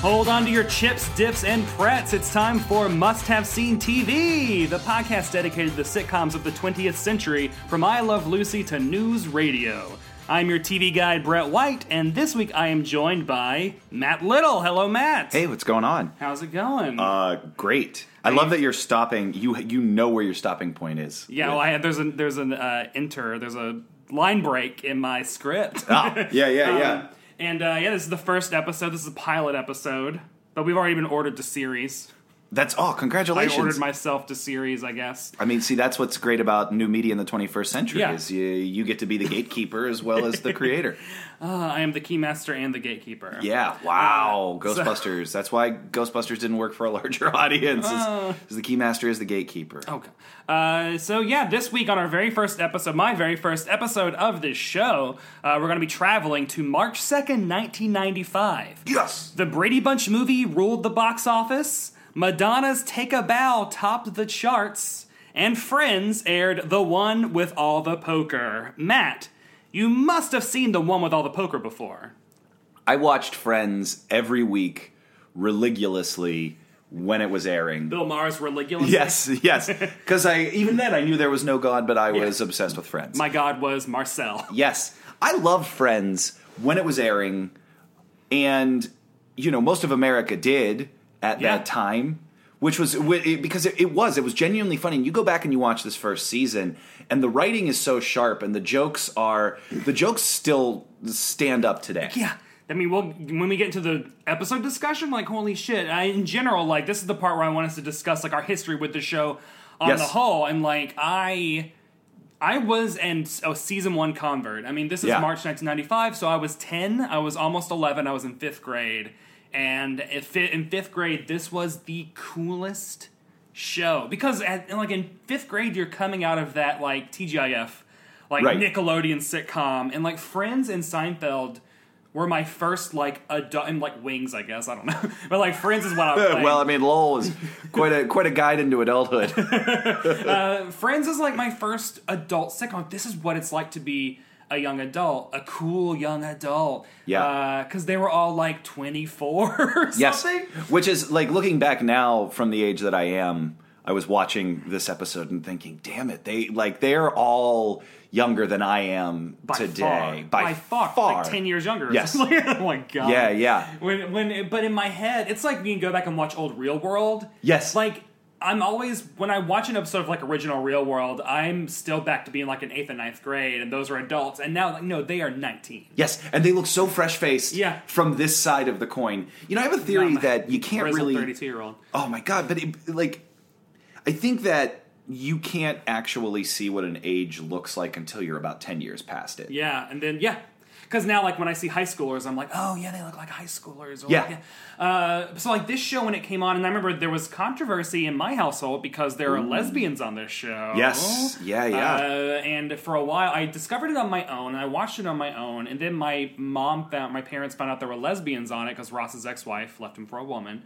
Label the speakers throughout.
Speaker 1: Hold on to your chips, dips, and pretz. It's time for Must Have Seen TV, the podcast dedicated to the sitcoms of the 20th century, from I Love Lucy to news radio. I'm your TV guide, Brett White, and this week I am joined by Matt Little. Hello, Matt.
Speaker 2: Hey, what's going on?
Speaker 1: How's it going?
Speaker 2: Uh, great. I love that you're stopping. You you know where your stopping point is.
Speaker 1: Yeah, well, I, there's an there's an uh, enter, there's a line break in my script.
Speaker 2: Oh, yeah, yeah, yeah.
Speaker 1: Um, and uh, yeah, this is the first episode. This is a pilot episode, but we've already been ordered to series.
Speaker 2: That's all. Congratulations!
Speaker 1: I ordered myself to series, I guess.
Speaker 2: I mean, see, that's what's great about new media in the 21st century yeah. is you, you get to be the gatekeeper as well as the creator.
Speaker 1: Uh, I am the keymaster and the gatekeeper.
Speaker 2: Yeah! Wow, uh, Ghostbusters. So, that's why Ghostbusters didn't work for a larger audience. Uh, is, is the keymaster is the gatekeeper.
Speaker 1: Oh. Okay. Uh, so yeah, this week on our very first episode, my very first episode of this show, uh, we're going to be traveling to March 2nd, 1995.
Speaker 2: Yes.
Speaker 1: The Brady Bunch movie ruled the box office. Madonna's Take a Bow topped the charts, and Friends aired The One with All the Poker. Matt, you must have seen The One with All the Poker before.
Speaker 2: I watched Friends every week religiously when it was airing.
Speaker 1: Bill Maher's religiously?
Speaker 2: Yes, yes. Because I even then I knew there was no God, but I yeah. was obsessed with Friends.
Speaker 1: My God was Marcel.
Speaker 2: Yes. I loved Friends when it was airing, and you know, most of America did at yeah. that time which was because it was it was genuinely funny and you go back and you watch this first season and the writing is so sharp and the jokes are the jokes still stand up today
Speaker 1: yeah I mean, well, when we get into the episode discussion, like, holy shit! I, in general, like, this is the part where I want us to discuss like our history with the show on yes. the whole, and like, I, I was an, a season one convert. I mean, this is yeah. March 1995, so I was 10, I was almost 11, I was in fifth grade, and in fifth grade this was the coolest show because at, like in fifth grade you're coming out of that like tgif like right. nickelodeon sitcom and like friends and seinfeld were my first like adult and like wings i guess i don't know but like friends is what i
Speaker 2: well i mean lowell is quite a quite a guide into adulthood
Speaker 1: uh, friends is like my first adult sitcom this is what it's like to be a young adult, a cool young adult.
Speaker 2: Yeah.
Speaker 1: Because uh, they were all like 24 Yes.
Speaker 2: Which is like looking back now from the age that I am, I was watching this episode and thinking, damn it, they like they're all younger than I am
Speaker 1: by
Speaker 2: today.
Speaker 1: Far. By, by far. far. Like 10 years younger.
Speaker 2: Yes.
Speaker 1: like, oh my God.
Speaker 2: Yeah, yeah.
Speaker 1: When, when, it, but in my head, it's like you can go back and watch old Real World.
Speaker 2: Yes.
Speaker 1: Like, I'm always when I watch an episode of like original Real World, I'm still back to being like an eighth and ninth grade, and those are adults. And now, like, no, they are 19.
Speaker 2: Yes, and they look so fresh faced.
Speaker 1: Yeah.
Speaker 2: from this side of the coin. You know, I have a theory no, that you can't really
Speaker 1: 32 year old.
Speaker 2: Oh my god! But it, like, I think that you can't actually see what an age looks like until you're about 10 years past it.
Speaker 1: Yeah, and then yeah, because now like when I see high schoolers, I'm like, oh yeah, they look like high schoolers.
Speaker 2: Or, yeah.
Speaker 1: Like, uh, so like this show when it came on, and I remember there was controversy in my household because there are Ooh. lesbians on this show. Oh.
Speaker 2: Yes. Yeah. Yeah. Uh,
Speaker 1: and for a while, I discovered it on my own. I watched it on my own, and then my mom found my parents found out there were lesbians on it because Ross's ex-wife left him for a woman.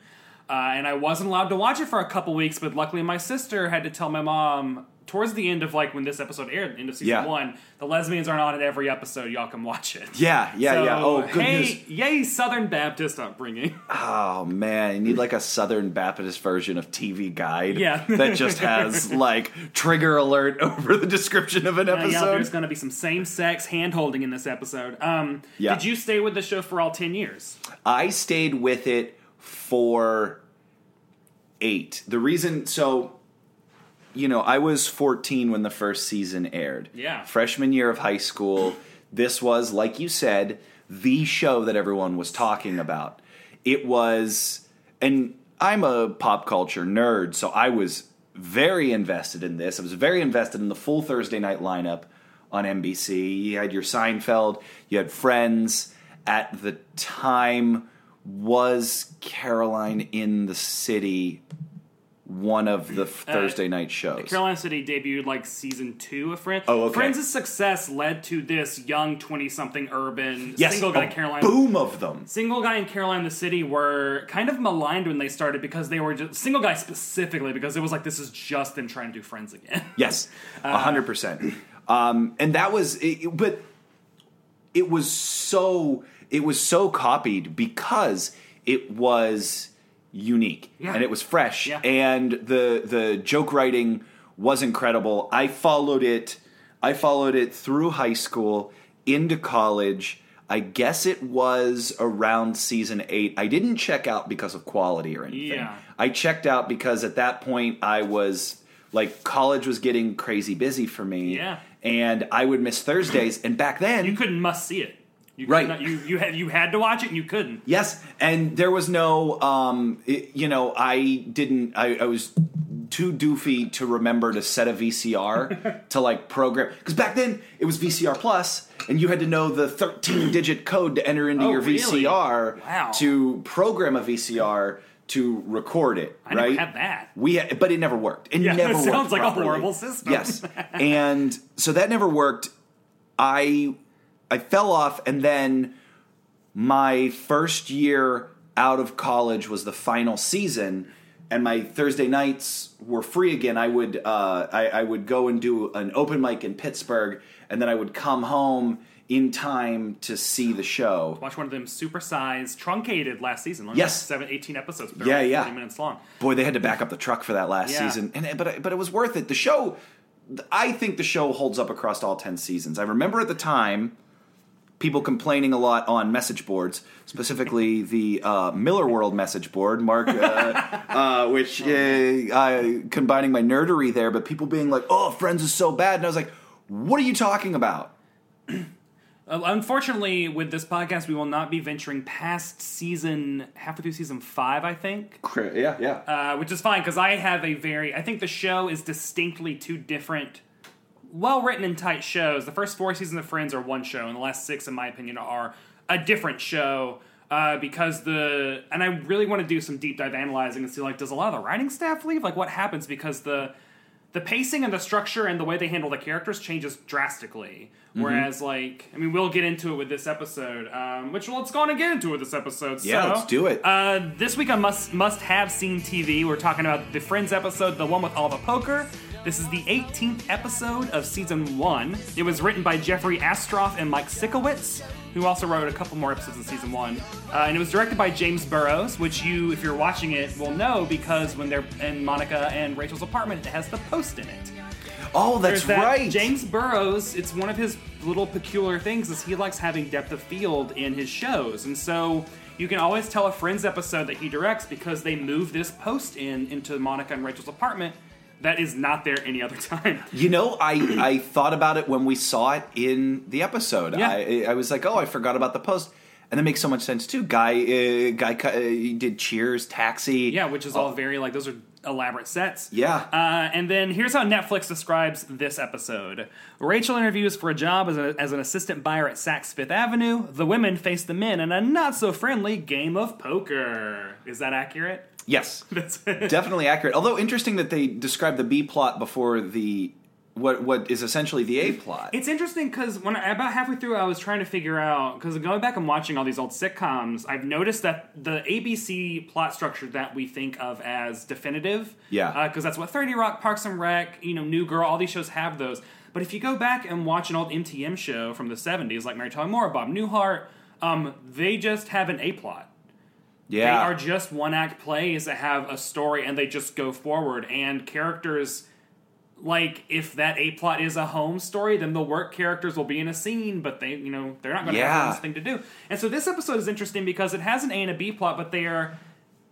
Speaker 1: Uh, and I wasn't allowed to watch it for a couple weeks, but luckily my sister had to tell my mom, towards the end of like when this episode aired, end of season
Speaker 2: Yeah.
Speaker 1: one, the lesbians aren't on at every episode. Y'all can watch it.
Speaker 2: Yeah, yeah,
Speaker 1: So,
Speaker 2: yeah. Oh, good
Speaker 1: hey,
Speaker 2: news.
Speaker 1: yay, Southern Baptist upbringing. Uh,
Speaker 2: Oh man, you need like a Southern Baptist version of TV Guide.
Speaker 1: Yeah.
Speaker 2: that just has like trigger alert over the description of an
Speaker 1: Uh, yeah,
Speaker 2: episode.
Speaker 1: there's going to be some same-sex hand-holding in this episode. Um,
Speaker 2: Yeah.
Speaker 1: Did you stay with the show for all ten years?
Speaker 2: I stayed with it for eight. The reason, so, you know, I was 14 when the first season aired.
Speaker 1: Yeah.
Speaker 2: Freshman year of high school. This was, like you said, the show that everyone was talking about. It was, and I'm a pop culture nerd, so I was very invested in this. I was very invested in the full Thursday night lineup on NBC. You had your Seinfeld, you had Friends. At the time, was Caroline in the City one of
Speaker 1: Uh,
Speaker 2: the f- Thursday night shows?
Speaker 1: Carolina City debuted like season two of Friends.
Speaker 2: Oh, okay.
Speaker 1: Friends' success led to this young twenty-something urban
Speaker 2: yes, Oh,
Speaker 1: single guy
Speaker 2: a
Speaker 1: Caroline.
Speaker 2: boom of them.
Speaker 1: Single Guy and Caroline the City were kind of maligned when they started because they were just Single Guy specifically because it was like this is just them trying to do friends again.
Speaker 2: Yes,
Speaker 1: Uh,
Speaker 2: a hundred percent. Um, and that was, it, it- but it was so it was so copied because it was unique
Speaker 1: Yeah.
Speaker 2: and it was fresh,
Speaker 1: Yeah.
Speaker 2: and the the joke writing was incredible. I followed it. I followed it through high school into college. I guess it was around season eight. I didn't check out because of quality or anything.
Speaker 1: Yeah.
Speaker 2: I checked out because at that point I was like college was getting crazy busy for me.
Speaker 1: Yeah.
Speaker 2: And I would miss Thursdays and back then
Speaker 1: You couldn't must see it. You could
Speaker 2: Right.
Speaker 1: Not, you you had you had to watch it and you couldn't.
Speaker 2: Yes, and there was no um it- you know, I didn't I, I was too doofy to remember to set a VCR to like program cuz back then it was VCR plus and you had to know the 13 digit code to enter into
Speaker 1: Oh,
Speaker 2: your
Speaker 1: really?
Speaker 2: VCR
Speaker 1: Wow.
Speaker 2: to program a VCR to record it,
Speaker 1: I
Speaker 2: right?
Speaker 1: never had that.
Speaker 2: We had, but it never worked. It
Speaker 1: Yeah,
Speaker 2: never
Speaker 1: that
Speaker 2: worked
Speaker 1: sounds like a
Speaker 2: properly.
Speaker 1: horrible system.
Speaker 2: Yes, and so that never worked. I I fell off, and then my first year out of college was the final season, and my Thursday nights were free again. I would uh, I, I would go and do an open mic in Pittsburgh, and then I would come home in time to see the show.
Speaker 1: Watch one of them supersized, truncated last season. Like
Speaker 2: Yes.
Speaker 1: seven, 18 episodes. but
Speaker 2: Yeah,
Speaker 1: they're like
Speaker 2: yeah.
Speaker 1: 40 minutes long.
Speaker 2: boy, they had to back up the truck for that last
Speaker 1: Yeah.
Speaker 2: season, and but but it was worth it. The show, I think the show holds up across all ten seasons. I remember at the time, people complaining a lot on message boards, specifically the uh, Miller World message board, Mark, uh, uh, which
Speaker 1: Oh,
Speaker 2: uh, I combining my nerdery there, but people being like, "Oh, Friends is so bad," and I was like, "What are you talking about?"
Speaker 1: Uh, unfortunately, with this podcast, we will not be venturing past season halfway through season five, I think.
Speaker 2: Yeah, yeah.
Speaker 1: uh, which is fine because I have a very. I think the show is distinctly two different, well written and tight shows. The first four seasons of Friends are one show, and the last six, in my opinion, are a different show. Uh, because the and I really want to do some deep dive analyzing and see like does a lot of the writing staff leave? Like what happens? Because the the pacing and the structure and the way they handle the characters changes drastically.
Speaker 2: Mm-hmm.
Speaker 1: Whereas like I mean we'll get into it with this episode, um, which well, let's go on and get into it with this episode.
Speaker 2: Yeah,
Speaker 1: so,
Speaker 2: let's do it.
Speaker 1: uh, this week on must must have seen TV, we're talking about the Friends episode, the one with all the poker. This is the 18th episode of season one. It was written by Jeffrey Astroff and Mike Sikowitz, who also wrote a couple more episodes in season one. Uh, and it was directed by James Burrows, which you, if you're watching it, will know because when they're in Monica and Rachel's apartment, it has the post in it.
Speaker 2: oh, that's
Speaker 1: There's that.
Speaker 2: right.
Speaker 1: James Burrows, it's one of his little peculiar things is he likes having depth of field in his shows. And so you can always tell a Friends episode that he directs because they move this post in into Monica and Rachel's apartment that is not there any other time.
Speaker 2: You know, I, I thought about it when we saw it in the episode.
Speaker 1: Yeah.
Speaker 2: I, I was like, oh, I forgot about the post. And that makes so much sense too. Guy, uh, guy, cu- uh, he did Cheers, Taxi.
Speaker 1: Yeah, which is all very like those are elaborate sets.
Speaker 2: Oh. Yeah.
Speaker 1: Uh, and then here's how Netflix describes this episode. Rachel interviews for a job as, a, as an assistant buyer at Saks Fifth Avenue. The women face the men in a not so friendly game of poker. Is that accurate?
Speaker 2: Yes,
Speaker 1: That's it.
Speaker 2: definitely accurate. Although interesting that they described the B plot before the what what is essentially the A plot.
Speaker 1: It's interesting because when I, about halfway through, I was trying to figure out because going back and watching all these old sitcoms, I've noticed that the ABC plot structure that we think of as definitive,
Speaker 2: Yeah.
Speaker 1: because that's what Thirty Rock, Parks and Rec, you know, New Girl, all these shows have those. But if you go back and watch an old MTM show from the '70s, like Mary Tyler Moore, Bob Newhart, um, they just have an A plot.
Speaker 2: yeah,
Speaker 1: They are just one act plays that have a story and they just go forward. And characters, like, if that A plot is a home story, then the work characters will be in a scene, but they, you know, they're not going to
Speaker 2: Yeah.
Speaker 1: have anything to do. And so this episode is interesting because it has an A and a B plot, but they are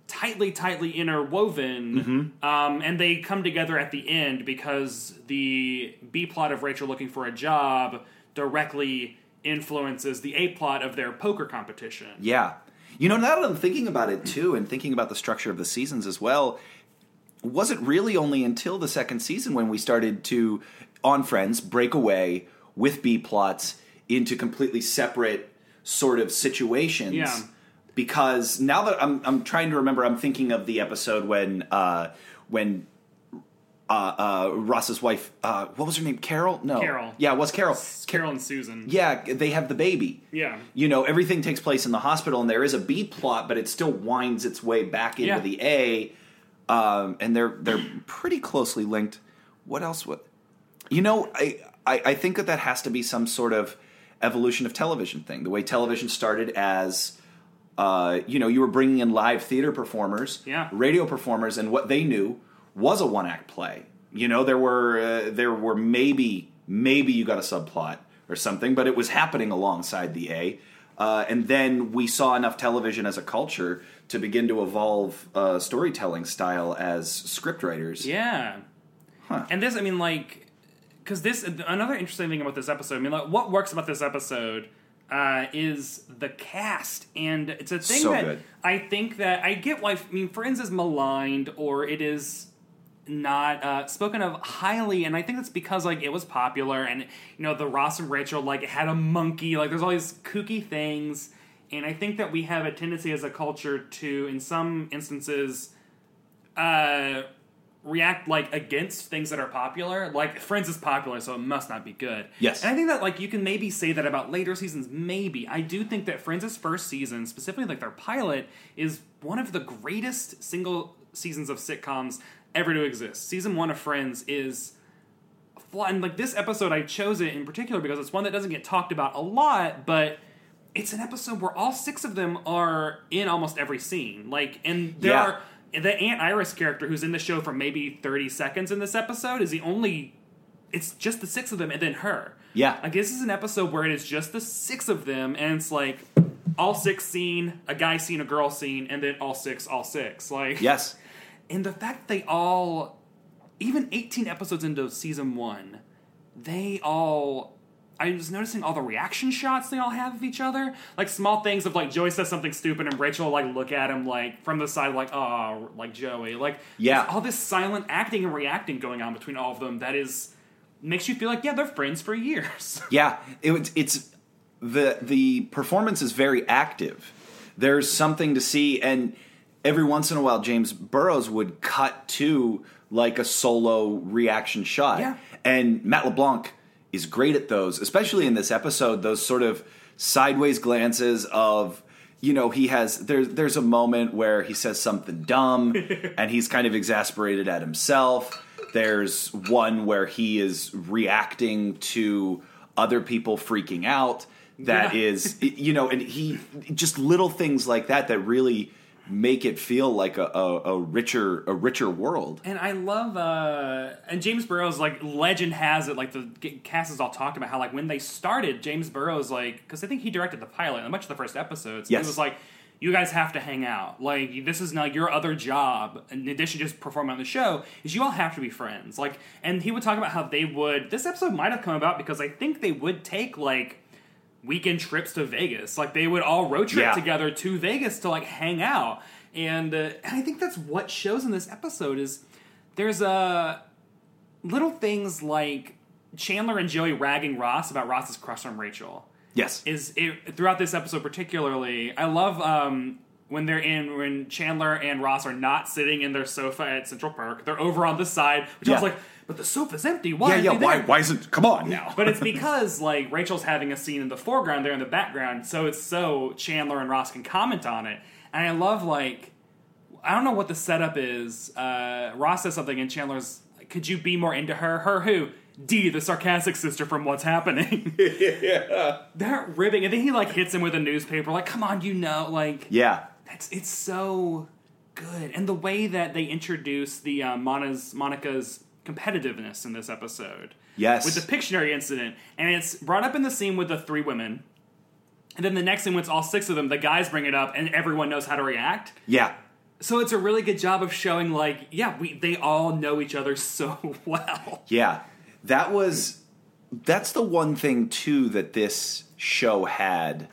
Speaker 1: tightly, tightly interwoven.
Speaker 2: Mm-hmm.
Speaker 1: Um, and they come together at the end because the B plot of Rachel looking for a job directly influences the A plot of their poker competition.
Speaker 2: Yeah. You know, now that I'm thinking about it too, and thinking about the structure of the seasons as well, was it really only until the second season when we started to, on Friends, break away with B plots into completely separate sort of situations?
Speaker 1: Yeah.
Speaker 2: Because now that I'm, I'm trying to remember, I'm thinking of the episode when uh, when uh, uh, Ross's wife, uh, what was her name? Carol? No.
Speaker 1: Carol.
Speaker 2: Yeah, it was Carol.
Speaker 1: Carol and Susan.
Speaker 2: Yeah, they have the baby.
Speaker 1: Yeah.
Speaker 2: You know, everything takes place in the hospital, and there is a B plot, but it still winds its way back into
Speaker 1: Yeah.
Speaker 2: the A. Um, and they're they're pretty closely linked. What else? What? You know, I, I I think that that has to be some sort of evolution of television thing. The way television started as. Uh, you know, you were bringing in live theater performers,
Speaker 1: Yeah.
Speaker 2: radio performers, and what they knew was a one act play. You know, there were uh, there were maybe maybe you got a subplot or something, but it was happening alongside the A. Uh, and then we saw enough television as a culture to begin to evolve uh, storytelling style as scriptwriters.
Speaker 1: Yeah. And this, I mean, like, because this, another interesting thing about this episode, I mean, like, what works about this episode uh, is the cast. And it's a thing
Speaker 2: So
Speaker 1: that
Speaker 2: good.
Speaker 1: I think that I get why, I mean, Friends is maligned or it is not uh, spoken of highly and i think that's because like it was popular and you know the ross and rachel like had a monkey like there's all these kooky things and i think that we have a tendency as a culture to in some instances uh react like against things that are popular like friends is popular so it must not be good
Speaker 2: Yes.
Speaker 1: and i think that like you can maybe say that about later seasons maybe i do think that friends' first season specifically like their pilot is one of the greatest single seasons of sitcoms ever to exist season one of friends is fl- and like this episode i chose it in particular because it's one that doesn't get talked about a lot but it's an episode where all six of them are in almost every scene like and there
Speaker 2: Yeah.
Speaker 1: are the Aunt Iris character who's in the show for maybe 30 seconds in this episode is the only it's just the six of them and then her.
Speaker 2: Yeah.
Speaker 1: Like this is an episode where it is just the six of them and it's like all six scene, a guy scene, a girl scene, and then all six, all six. Like
Speaker 2: Yes.
Speaker 1: and the fact that they all even 18 episodes into season one they all i was noticing all the reaction shots they all have of each other like small things of like joey says something stupid and rachel will, like look at him like from the side like oh like joey like
Speaker 2: Yeah.
Speaker 1: there's all this silent acting and reacting going on between all of them that is makes you feel like yeah they're friends for years
Speaker 2: Yeah, it, was- it's the the performance is very active. There's something to see, and every once in a while, James Burrows would cut to like a solo reaction shot.
Speaker 1: Yeah.
Speaker 2: and Matt LeBlanc is great at those, especially in this episode. Those sort of sideways glances of. You know, he has there's there's a moment where he says something dumb and he's kind of exasperated at himself. There's one where he is reacting to other people freaking out That
Speaker 1: Yeah.
Speaker 2: is, you know and he just little things like that that really make it feel like a, a, a richer a richer world
Speaker 1: And I love, uh, and James Burrows, like, legend has it, like, the g- cast is all talked about how, like, when they started, James Burrows, like, because I think he directed the pilot and much of the first episodes.
Speaker 2: Yes.
Speaker 1: He was like, you guys have to hang out. Like, this is now your other job, in addition to just performing on the show, is you all have to be friends. Like, and he would talk about how they would, this episode might have come about because I think they would take, like, weekend trips to Vegas. Like they would all road trip
Speaker 2: Yeah.
Speaker 1: together to Vegas to like hang out. And, uh, and I think that's what shows in this episode is there's uh, little things like Chandler and Joey ragging Ross about Ross's crush on Rachel
Speaker 2: yes
Speaker 1: is it, throughout this episode particularly. I love um, when they're in when Chandler and Ross are not sitting in their sofa at Central Park. They're over on the side, which I was
Speaker 2: Yeah.
Speaker 1: like, but the sofa's empty. Why?
Speaker 2: yeah,
Speaker 1: aren't
Speaker 2: yeah.
Speaker 1: they
Speaker 2: Why?
Speaker 1: there?"
Speaker 2: Why isn't? Come on now.
Speaker 1: But it's because like Rachel's having a scene in the foreground, they're in the background, so it's so Chandler and Ross can comment on it. And I love like I don't know what the setup is. Uh, Ross says something, and Chandler's, "Could you be more into her? Her who?" D, the sarcastic sister from What's Happening. yeah. They're ribbing, and then he like hits him with a newspaper. Like, come on, you know, like
Speaker 2: yeah.
Speaker 1: that's it's so good, and the way that they introduce the uh, Monica's, Monica's competitiveness in this episode.
Speaker 2: Yes.
Speaker 1: with the Pictionary incident, and it's brought up in the scene with the three women, and then the next scene, when it's all six of them, the guys bring it up, and everyone knows how to react.
Speaker 2: Yeah.
Speaker 1: So it's a really good job of showing, like, yeah, we they all know each other so well.
Speaker 2: Yeah. That was that's the one thing too that this show had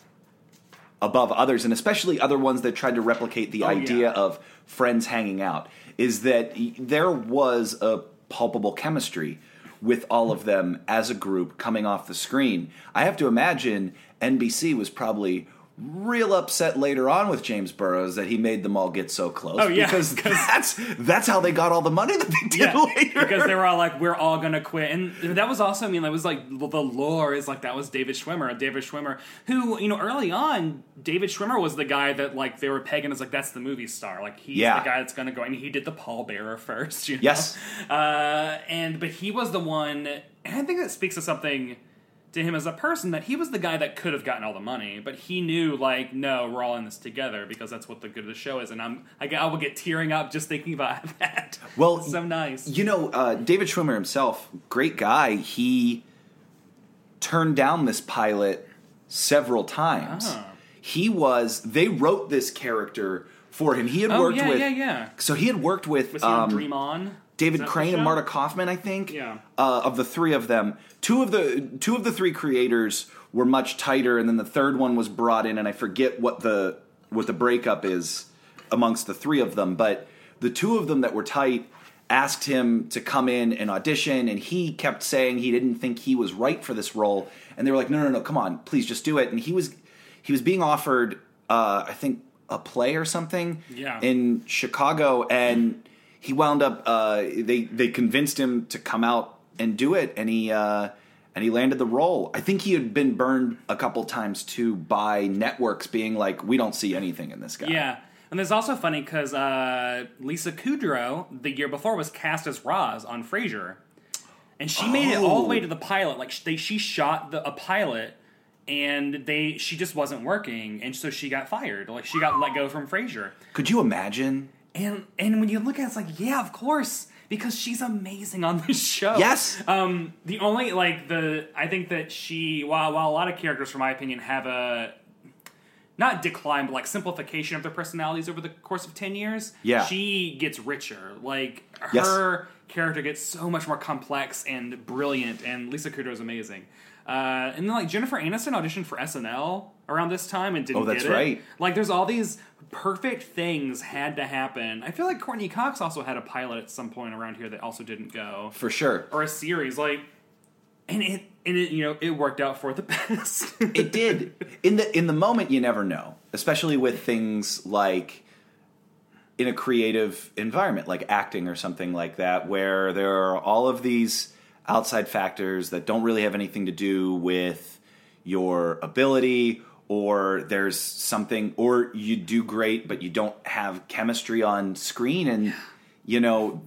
Speaker 2: above others and especially other ones that tried to replicate the idea
Speaker 1: Oh, yeah.
Speaker 2: of friends hanging out is that y- there was a palpable chemistry with all of them as a group coming off the screen. I have to imagine NBC was probably real upset later on with James Burrows that he made them all get so close
Speaker 1: Oh, yeah,
Speaker 2: because
Speaker 1: 'cause-
Speaker 2: that's that's how they got all the money that they did later.
Speaker 1: because they were all like, "We're all gonna quit," and that was also. I mean, that was like l- the lore is like that was David Schwimmer, David Schwimmer, who you know early on, David Schwimmer was the guy that like they were pegging as like that's the movie star, like he's
Speaker 2: Yeah.
Speaker 1: the guy that's gonna go, and he did the pallbearer first, you know?
Speaker 2: Yes.
Speaker 1: uh, and but he was the one, and I think that speaks to something. To him as a person, that he was the guy that could have gotten all the money, but he knew, like, no, we're all in this together because that's what the good of the show is. And I'm, I, I will get tearing up just thinking about that.
Speaker 2: Well,
Speaker 1: so nice.
Speaker 2: You know, uh, David Schwimmer himself, great guy. He turned down this pilot several times.
Speaker 1: Ah.
Speaker 2: He was. They wrote this character for him. He had
Speaker 1: Oh,
Speaker 2: worked
Speaker 1: yeah,
Speaker 2: with.
Speaker 1: yeah, yeah.
Speaker 2: So he had worked with
Speaker 1: Was he on
Speaker 2: um,
Speaker 1: Dream On? Is
Speaker 2: David
Speaker 1: that the
Speaker 2: Crane and
Speaker 1: show?
Speaker 2: Marta Kaufman, I think.
Speaker 1: Yeah.
Speaker 2: Uh, of the three of them, two of the two of the three creators were much tighter, and then the third one was brought in, and I forget what the what the breakup is amongst the three of them, but the two of them that were tight asked him to come in and audition, and he kept saying he didn't think he was right for this role, and they were like, "No, no, no, come on, please just do it." And he was he was being offered, uh, I think, a play or something
Speaker 1: Yeah.
Speaker 2: in Chicago, and he wound up. Uh, they they convinced him to come out and do it, and he uh, and he landed the role. I think he had been burned a couple times too by networks being like, "We don't see anything in this guy."
Speaker 1: Yeah. And it's also funny because uh, Lisa Kudrow, the year before, was cast as Roz on Frasier. And she made it all the
Speaker 2: Oh.
Speaker 1: way to the pilot. Like, sh- they, she shot the, a pilot and they she just wasn't working. And so she got fired. Like, she got let go from Frasier.
Speaker 2: Could you imagine?
Speaker 1: And and when you look at it, it's like, yeah, of course, because she's amazing on this show.
Speaker 2: Yes.
Speaker 1: Um, the only like the I think that she while while a lot of characters, from my opinion, have a not decline, but like simplification of their personalities over the course of ten years.
Speaker 2: Yeah.
Speaker 1: She gets richer. Like
Speaker 2: Yes.
Speaker 1: her character gets so much more complex and brilliant, and Lisa Kudrow is amazing. Uh, and then like Jennifer Aniston auditioned for SNL around this time and didn't
Speaker 2: Oh, that's
Speaker 1: get it.
Speaker 2: right.
Speaker 1: Like there's all these perfect things had to happen. I feel like Courtney Cox also had a pilot at some point around here that also didn't go
Speaker 2: For sure.
Speaker 1: or a series like and it and it you know it worked out for the best.
Speaker 2: it did in the in the moment you never know especially with things like in a creative environment like acting or something like that where there are all of these outside factors that don't really have anything to do with your ability or there's something or you do great but you don't have chemistry on screen and you know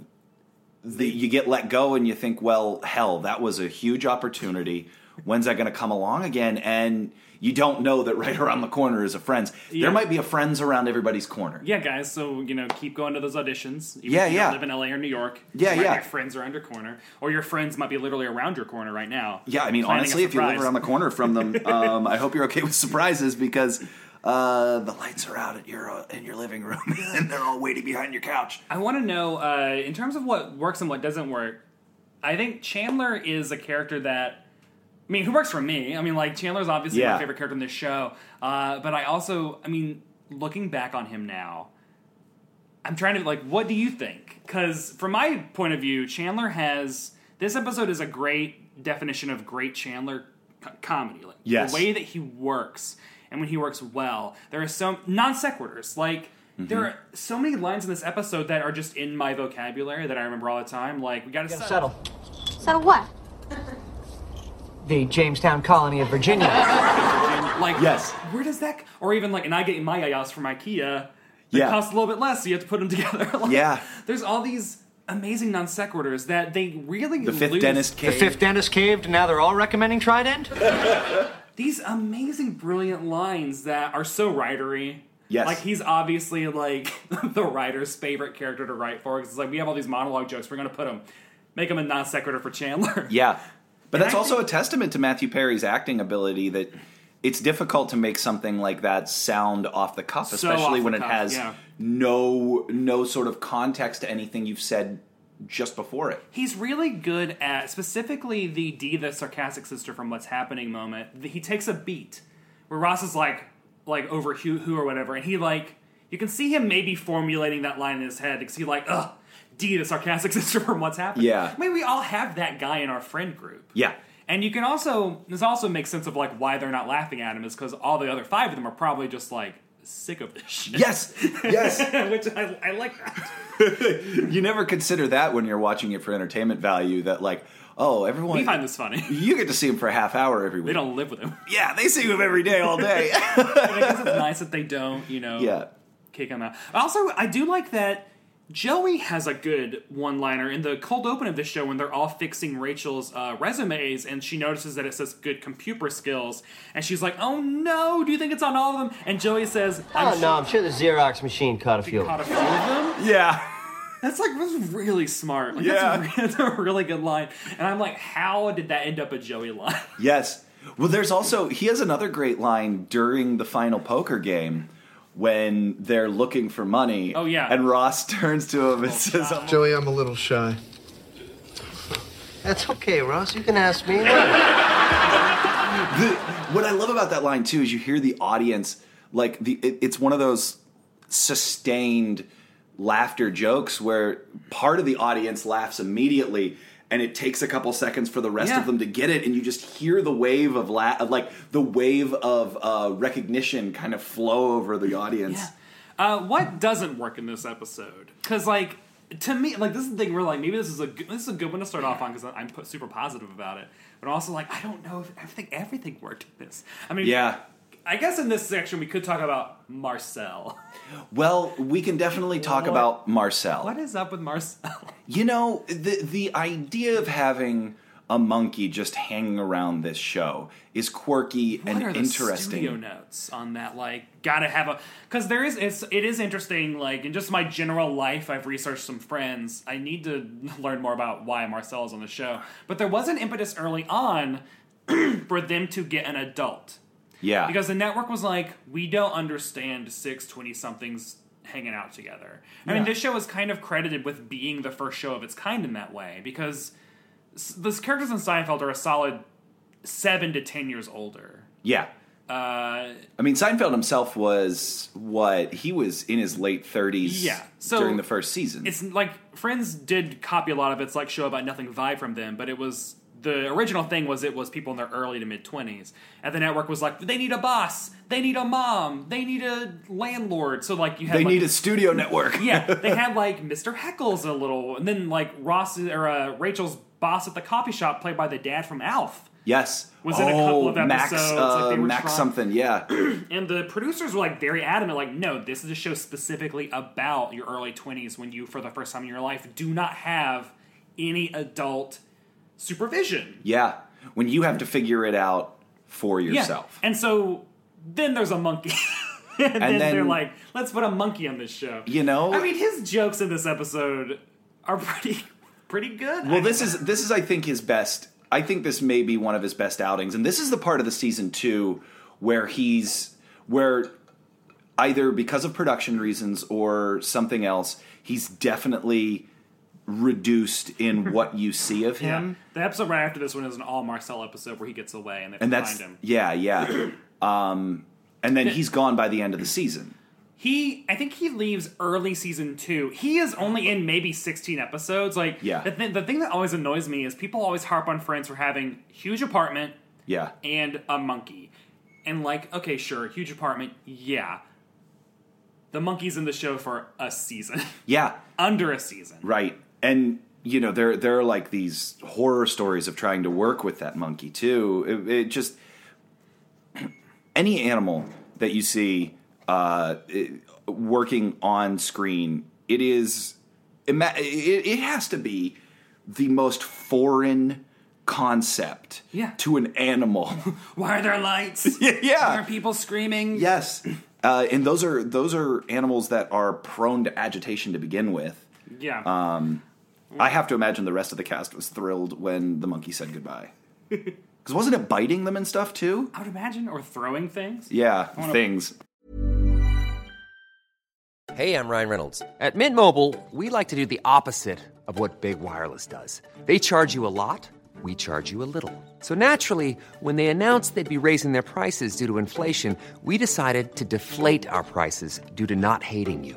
Speaker 2: the, you get let go and you think, well, hell, that was a huge opportunity. When's that going to come along again? And you don't know that right around the corner is a friends. There might be a friends around everybody's corner.
Speaker 1: yeah, guys. So you know, keep going to those auditions. Even
Speaker 2: Yeah,
Speaker 1: if you
Speaker 2: yeah.
Speaker 1: Don't live in LA or New York.
Speaker 2: Yeah,
Speaker 1: you might
Speaker 2: yeah.
Speaker 1: Have friends around your corner, or your friends might be literally around your corner right now.
Speaker 2: Yeah, I mean,
Speaker 1: planning a
Speaker 2: honestly, if you live
Speaker 1: surprise.
Speaker 2: around the corner from them, um, I hope you're okay with surprises because uh, the lights are out at your uh, in your living room and they're all waiting behind your couch.
Speaker 1: I want to know uh, in terms of what works and what doesn't work. I think Chandler is a character that. I mean, who works for me? I mean, like Chandler's obviously
Speaker 2: Yeah.
Speaker 1: my favorite character in this show, uh, but I also, I mean, looking back on him now, I'm trying to like, what do you think? Because from my point of view, Chandler has this episode is a great definition of great Chandler co- comedy. Like
Speaker 2: Yes.
Speaker 1: the way that he works and when he works well, there are some non sequiturs like.
Speaker 2: Mm-hmm.
Speaker 1: There are so many lines in this episode that are just in my vocabulary that I remember all the time. Like we gotta,
Speaker 3: Settle.
Speaker 4: Settle what?
Speaker 3: The Jamestown colony of Virginia.
Speaker 1: Like
Speaker 2: Yes.
Speaker 1: where does that? Or even like, and I get my yayas from IKEA. They
Speaker 2: Yeah.
Speaker 1: cost a little bit less, so you have to put them together. Like,
Speaker 2: Yeah.
Speaker 1: there's all these amazing non sequiturs that they really
Speaker 2: The fifth
Speaker 1: lose-
Speaker 2: dentist cave.
Speaker 3: the fifth dentist caved, and now they're all recommending Trident?
Speaker 1: these amazing, brilliant lines that are so writery.
Speaker 2: Yes.
Speaker 1: Like he's obviously like the writer's favorite character to write for because it's like we have all these monologue jokes. We're gonna put them, make them a non sequitur for Chandler.
Speaker 2: Yeah. But
Speaker 1: And
Speaker 2: that's
Speaker 1: I
Speaker 2: also
Speaker 1: think-
Speaker 2: a testament to Matthew Perry's acting ability that it's difficult to make something like that sound off the cuff,
Speaker 1: off
Speaker 2: especially
Speaker 1: the
Speaker 2: when it
Speaker 1: cuff,
Speaker 2: has
Speaker 1: yeah.
Speaker 2: no no sort of context to anything you've said just before it.
Speaker 1: He's really good at specifically the D, the sarcastic sister from What's Happening moment. He takes a beat where Ross is like, like over who, who or whatever, and he like, you can see him maybe formulating that line in his head because he like, ugh, D, the sarcastic sister from What's Happening.
Speaker 2: Yeah.
Speaker 1: I mean, we all have that guy in our friend group.
Speaker 2: Yeah.
Speaker 1: And you can also this also makes sense of like why they're not laughing at him is because all the other five of them are probably just like sick of this shit.
Speaker 2: Yes. Yes.
Speaker 1: Which I, I like that.
Speaker 2: you never consider that when you're watching it for entertainment value that like, oh, everyone
Speaker 1: We find this funny.
Speaker 2: you get to see him for a half hour every week.
Speaker 1: They don't live with him.
Speaker 2: Yeah, they see him every day all day.
Speaker 1: And I guess it's nice that they don't, you know,
Speaker 2: yeah.
Speaker 1: kick him out. Also, I do like that Joey has a good one liner in the cold open of this show when they're all fixing Rachel's uh, resumes and she notices that it says good computer skills. And she's like, oh no, do you think it's on all of them? And Joey says,
Speaker 3: Oh,
Speaker 1: I'm
Speaker 3: no, I'm sure the Xerox machine caught a few.
Speaker 1: sure caught a few of them.
Speaker 2: Yeah.
Speaker 1: That's like that's really smart. Like,
Speaker 2: Yeah.
Speaker 1: that's, a, that's a really good line. And I'm like, how did that end up a Joey line?
Speaker 2: Yes. Well, there's also he has another great line during the final poker game when they're looking for money.
Speaker 1: Oh, yeah. Oh,
Speaker 2: And Ross turns to him and says,
Speaker 5: Joey, I'm a little shy.
Speaker 3: That's okay, Ross. You can ask me.
Speaker 2: The- "What I love about that line too is you hear the audience like the it- it's one of those sustained laughter jokes where part of the audience laughs immediately." And it takes a couple seconds for the rest
Speaker 1: Yeah.
Speaker 2: of them to get it, and you just hear the wave of la- of, like the wave of uh, recognition kind of flow over the audience.
Speaker 1: Uh, what doesn't work in this episode? Because like to me, like this is the thing where like maybe this is a good, this is a good one to start off on because I'm p- super positive about it. But also like I don't know if I think everything worked in this. I mean,
Speaker 2: yeah.
Speaker 1: I guess in this section we could talk about Marcel.
Speaker 2: Well, we can definitely talk
Speaker 1: What-
Speaker 2: about Marcel.
Speaker 1: What is up with Marcel?
Speaker 2: You know, the the idea of having a monkey just hanging around this show is quirky and
Speaker 1: what are The
Speaker 2: interesting.
Speaker 1: studio notes on that, like, gotta have a because there is it's it is interesting. Like in just my general life, I've researched some friends. I need to learn more about why Marcel is on the show, but there was an impetus early on for them to get an adult
Speaker 2: yeah.
Speaker 1: because the network was like, we don't understand six twenty somethings hanging out together. I mean,
Speaker 2: Yeah.
Speaker 1: this show is kind of credited with being the first show of its kind in that way because s- the characters in Seinfeld are a solid seven to ten years older.
Speaker 2: yeah.
Speaker 1: Uh,
Speaker 2: I mean, Seinfeld himself was what he was in his late 30s
Speaker 1: Yeah, so
Speaker 2: during the first season.
Speaker 1: it's like Friends did copy a lot of its like show about nothing vibe from them, but it was the original thing was it was people in their early to mid twenties, and the network was like they need a boss, they need a mom, they need a landlord, so like you had
Speaker 2: they
Speaker 1: like,
Speaker 2: need a studio network.
Speaker 1: yeah, they had like Mr. Heckles a little, and then like Ross or uh, Rachel's boss at the coffee shop, played by the dad from Alf.
Speaker 2: Yes.
Speaker 1: Was
Speaker 2: oh,
Speaker 1: in a couple of
Speaker 2: Max,
Speaker 1: episodes,
Speaker 2: uh,
Speaker 1: like they were
Speaker 2: Max
Speaker 1: trying-
Speaker 2: something, yeah.
Speaker 1: And the producers were like very adamant, like, no, this is a show specifically about your early 20s when you, for the first time in your life, do not have any adult supervision.
Speaker 2: yeah. When you have to figure it out for yourself.
Speaker 1: And so then there's a monkey. and, then,
Speaker 2: then-
Speaker 1: they're like, let's put a monkey on this show.
Speaker 2: You know?
Speaker 1: I mean, his jokes in this episode are pretty pretty good.
Speaker 2: Well, this is this is I think his best. I think this may be one of his best outings, and this is the part of the season two where he's where either because of production reasons or something else, he's definitely reduced in what you see of
Speaker 1: Hmm. Yeah.
Speaker 2: him,
Speaker 1: The episode right after this one is an all Marcel episode where he gets away and they find
Speaker 2: and that's
Speaker 1: him.
Speaker 2: yeah, yeah. Um, and then he's gone by the end of the season.
Speaker 1: he i think he leaves early season two he is only in maybe 16 episodes like
Speaker 2: Yeah.
Speaker 1: the, th- the thing that always annoys me is people always harp on friends for having huge apartment
Speaker 2: Yeah,
Speaker 1: and a monkey and like okay sure huge apartment yeah the monkeys in the show for a season,
Speaker 2: Yeah,
Speaker 1: under a season.
Speaker 2: right. And you know there there are like these horror stories of trying to work with that monkey too. It, it just any animal that you see uh, it- working on screen, it is ima- it, it has to be the most foreign concept
Speaker 1: Yeah.
Speaker 2: to an animal.
Speaker 1: Why are there lights?
Speaker 2: yeah.
Speaker 1: Why are people screaming?
Speaker 2: Yes, uh, and those are those are animals that are prone to agitation to begin with.
Speaker 1: Yeah.
Speaker 2: Uh, Um, I have to imagine the rest of the cast was thrilled when the monkey said goodbye. Because wasn't it biting them and stuff too?
Speaker 1: I would imagine, or throwing things.
Speaker 2: Yeah,
Speaker 1: wanna-
Speaker 2: things.
Speaker 4: Hey, I'm Ryan Reynolds. At Mint Mobile, we like to do the opposite of what Big Wireless does. They charge you a lot, we charge you a little. So naturally, when they announced they'd be raising their prices due to inflation, we decided to deflate our prices due to not hating you.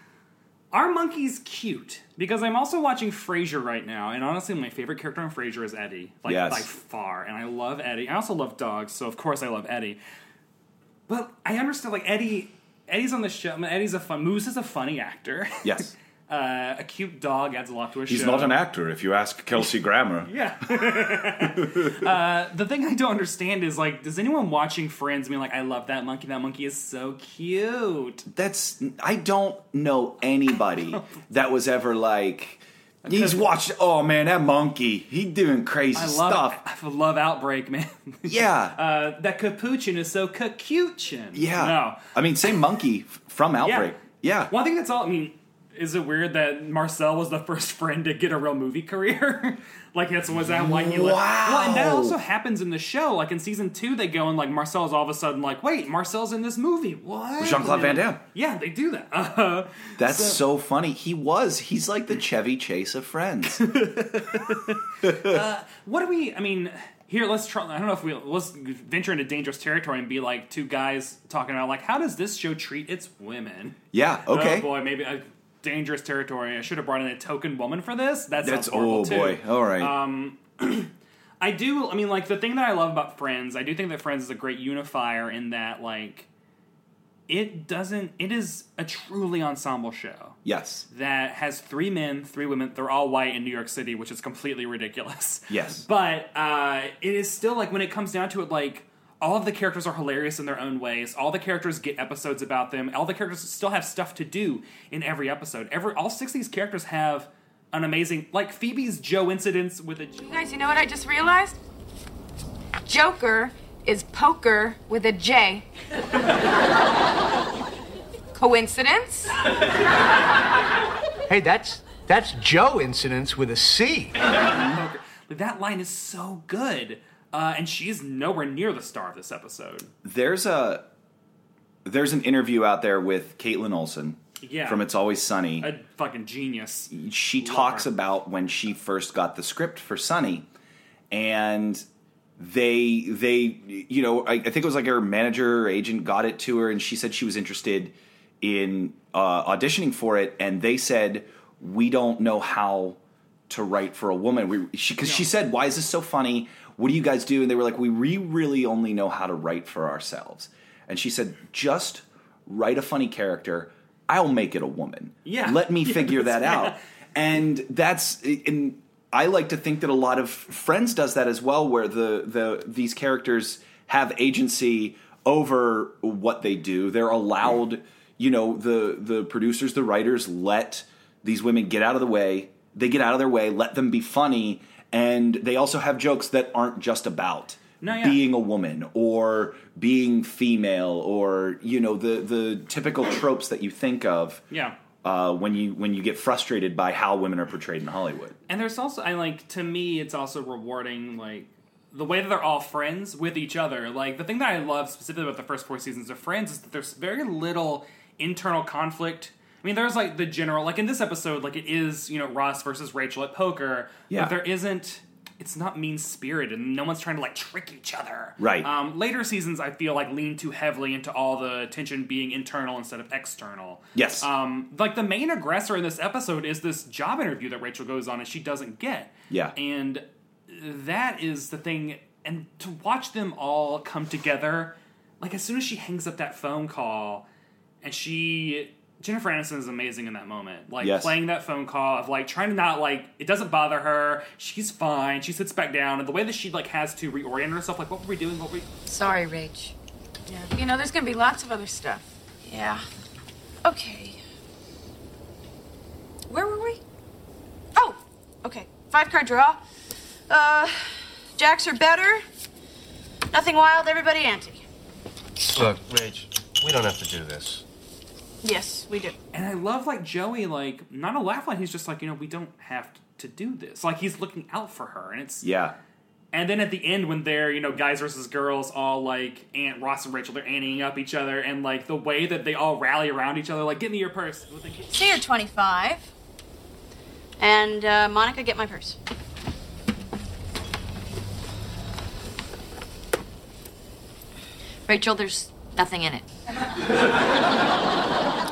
Speaker 1: are monkeys cute? Because I'm also watching Frasier right now, and honestly, my favorite character on Frasier is Eddie, like
Speaker 2: Yes.
Speaker 1: by far. And I love Eddie. I also love dogs, so of course I love Eddie. But I understand, like Eddie, Eddie's on the show. I mean, Eddie's a fun. Moose is a funny actor.
Speaker 2: Yes,
Speaker 1: Uh, a cute dog adds a lot to a
Speaker 2: he's
Speaker 1: show.
Speaker 2: not an actor. If you ask Kelsey Grammer,
Speaker 1: Yeah. uh, the thing I don't understand is like, does anyone watching Friends mean like, I love that monkey? That monkey is so cute.
Speaker 2: that's I don't know anybody that was ever like. He's watched. Oh man, that monkey. He doing crazy
Speaker 1: I love
Speaker 2: stuff.
Speaker 1: I love Outbreak, man.
Speaker 2: Yeah,
Speaker 1: Uh, that capuchin is so cacuchin.
Speaker 2: yeah.
Speaker 1: No.
Speaker 2: I mean, same monkey f- from Outbreak. Yeah.
Speaker 1: One thing that's all. I mean, is it weird that Marcel was the first friend to get a real movie career? like that's was that why he left?
Speaker 2: Wow.
Speaker 1: Well, and that also happens in the show. Like in season two, they go and like Marcel's all of a sudden like, wait, Marcel's in this movie. What?
Speaker 2: Jean-Claude Van Damme.
Speaker 1: Yeah, they do that. Uh,
Speaker 2: That's so, funny. He was. He's like the Chevy Chase of Friends.
Speaker 1: what do we? I mean, here let's try. I don't know if we let's venture into dangerous territory and be like two guys talking about like how does this show treat its women?
Speaker 2: yeah.
Speaker 1: Oh
Speaker 2: Okay.
Speaker 1: boy, maybe a dangerous territory. I should have brought in a token woman for this. That's
Speaker 2: That's oh
Speaker 1: horrible too. Um,
Speaker 2: boy. All right.
Speaker 1: I do. I mean, like the thing that I love about Friends, I do think that Friends is a great unifier in that like it doesn't. It is a truly ensemble show
Speaker 2: yes.
Speaker 1: that has three men, three women. They're all white in New York City, which is completely ridiculous.
Speaker 2: Yes.
Speaker 1: But uh, it is still like when it comes down to it, like all of the characters are hilarious in their own ways. All the characters get episodes about them. All the characters still have stuff to do in every episode. Every all six of these characters have an amazing like Phoebe's Joe incidents with a J.
Speaker 6: Guys, you know what I just realized? Joker is poker with a J. Coincidence?
Speaker 3: Hey, that's that's Joe incidents with a C.
Speaker 1: poker. Like, that line is so good. Uh, and she's nowhere near the star of this episode.
Speaker 2: There's a there's an interview out there with Caitlin Olsen
Speaker 1: Yeah.
Speaker 2: from It's Always Sunny.
Speaker 1: A fucking genius.
Speaker 2: she talks about when she first got the script for Sunny, and they they you know I, I think it was like her manager or agent got it to her, and she said she was interested in uh, auditioning for it, and they said we don't know how to write for a woman. We because she, 'cause she said why is this so funny? What do you guys do? And they were like we re- really only know how to write for ourselves, and she said just write a funny character. I'll make it a woman.
Speaker 1: Yeah.
Speaker 2: Let me figure that out. And that's and I like to think that a lot of Friends does that as well, where the the these characters have agency over what they do. They're allowed, you know, the the producers, the writers let these women get out of the way. They get out of their way, let them be funny, and they also have jokes that aren't just about
Speaker 1: No, yeah.
Speaker 2: being a woman or being female or you know the the typical tropes that you think of
Speaker 1: Yeah.
Speaker 2: uh, when you when you get frustrated by how women are portrayed in Hollywood.
Speaker 1: And there's also, I like, to me, it's also rewarding, like, the way that they're all friends with each other. Like, the thing that I love specifically about the first four seasons of Friends is that there's very little internal conflict. I mean, there's, like, the general, like, in this episode, like, it is, you know, Ross versus Rachel at poker.
Speaker 2: Yeah.
Speaker 1: But there isn't, it's not mean spirited, and no one's trying to, like, trick each other.
Speaker 2: Right.
Speaker 1: Um, later seasons, I feel like, lean too heavily into all the tension being internal instead of external.
Speaker 2: Yes.
Speaker 1: Um, like the main aggressor in this episode is this job interview that Rachel goes on and she doesn't get.
Speaker 2: Yeah.
Speaker 1: And that is the thing. And to watch them all come together, like as soon as she hangs up that phone call, and she Jennifer Aniston is amazing in that moment. Like
Speaker 2: Yes.
Speaker 1: playing that phone call of like trying to not like it doesn't bother her. She's fine. She sits back down, and the way that she like has to reorient herself, like what were we doing? What were we?
Speaker 6: Sorry, Rach. Yeah. You know, there's gonna be lots of other stuff. Yeah. Okay. Where were we? Oh, okay. Five card draw. Uh, jacks are better. Nothing wild. Everybody ante.
Speaker 3: Look, Rach, we don't have to do this.
Speaker 6: Yes, we do.
Speaker 1: And I love like Joey, like not a laugh line. He's just like, you know, we don't have to, to do this. Like he's looking out for her, and it's
Speaker 2: Yeah,
Speaker 1: And then at the end, when they're you know guys versus girls, all like Aunt Ross and Rachel, they're anteing up each other, and like the way that they all rally around each other, like give me your purse. Well, thank you.
Speaker 6: See you 25. And uh, Monica, get my purse. Rachel, there's nothing in it.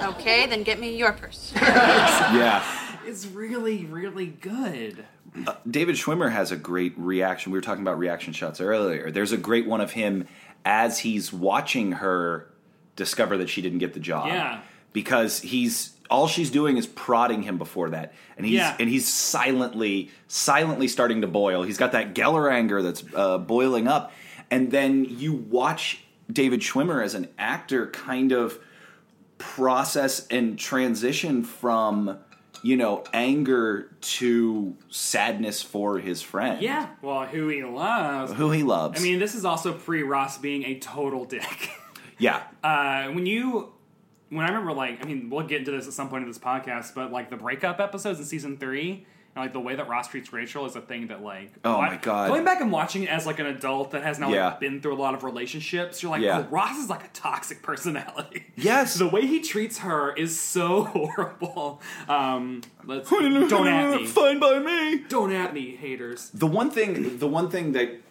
Speaker 6: okay, then get me your purse. Oh,
Speaker 2: yeah.
Speaker 1: It's really really good.
Speaker 2: David Schwimmer has a great reaction. We were talking about reaction shots earlier. There's a great one of him as he's watching her discover that she didn't get the job.
Speaker 1: Yeah.
Speaker 2: Because he's all she's doing is prodding him before that. And he's
Speaker 1: Yeah.
Speaker 2: and he's silently silently starting to boil. He's got that Geller anger that's uh, boiling up. And then you watch David Schwimmer as an actor kind of process and transition from you know anger to sadness for his friend
Speaker 1: Yeah. Well, who he loves.
Speaker 2: who he loves
Speaker 1: I mean, this is also pre Ross being a total dick.
Speaker 2: yeah
Speaker 1: uh, when you when I remember like I mean we'll get into this at some point in this podcast, but like the breakup episodes in season three. And like the way that Ross treats Rachel is a thing that like
Speaker 2: Oh
Speaker 1: wa-
Speaker 2: my God.
Speaker 1: going back and watching it as like an adult that has now
Speaker 2: Yeah.
Speaker 1: like been through a lot of relationships you're like
Speaker 2: Yeah.
Speaker 1: oh Ross is like a toxic personality
Speaker 2: Yes.
Speaker 1: the way he treats her is so horrible um let's don't at me
Speaker 2: fine by me
Speaker 1: don't at me haters
Speaker 2: the one thing the one thing that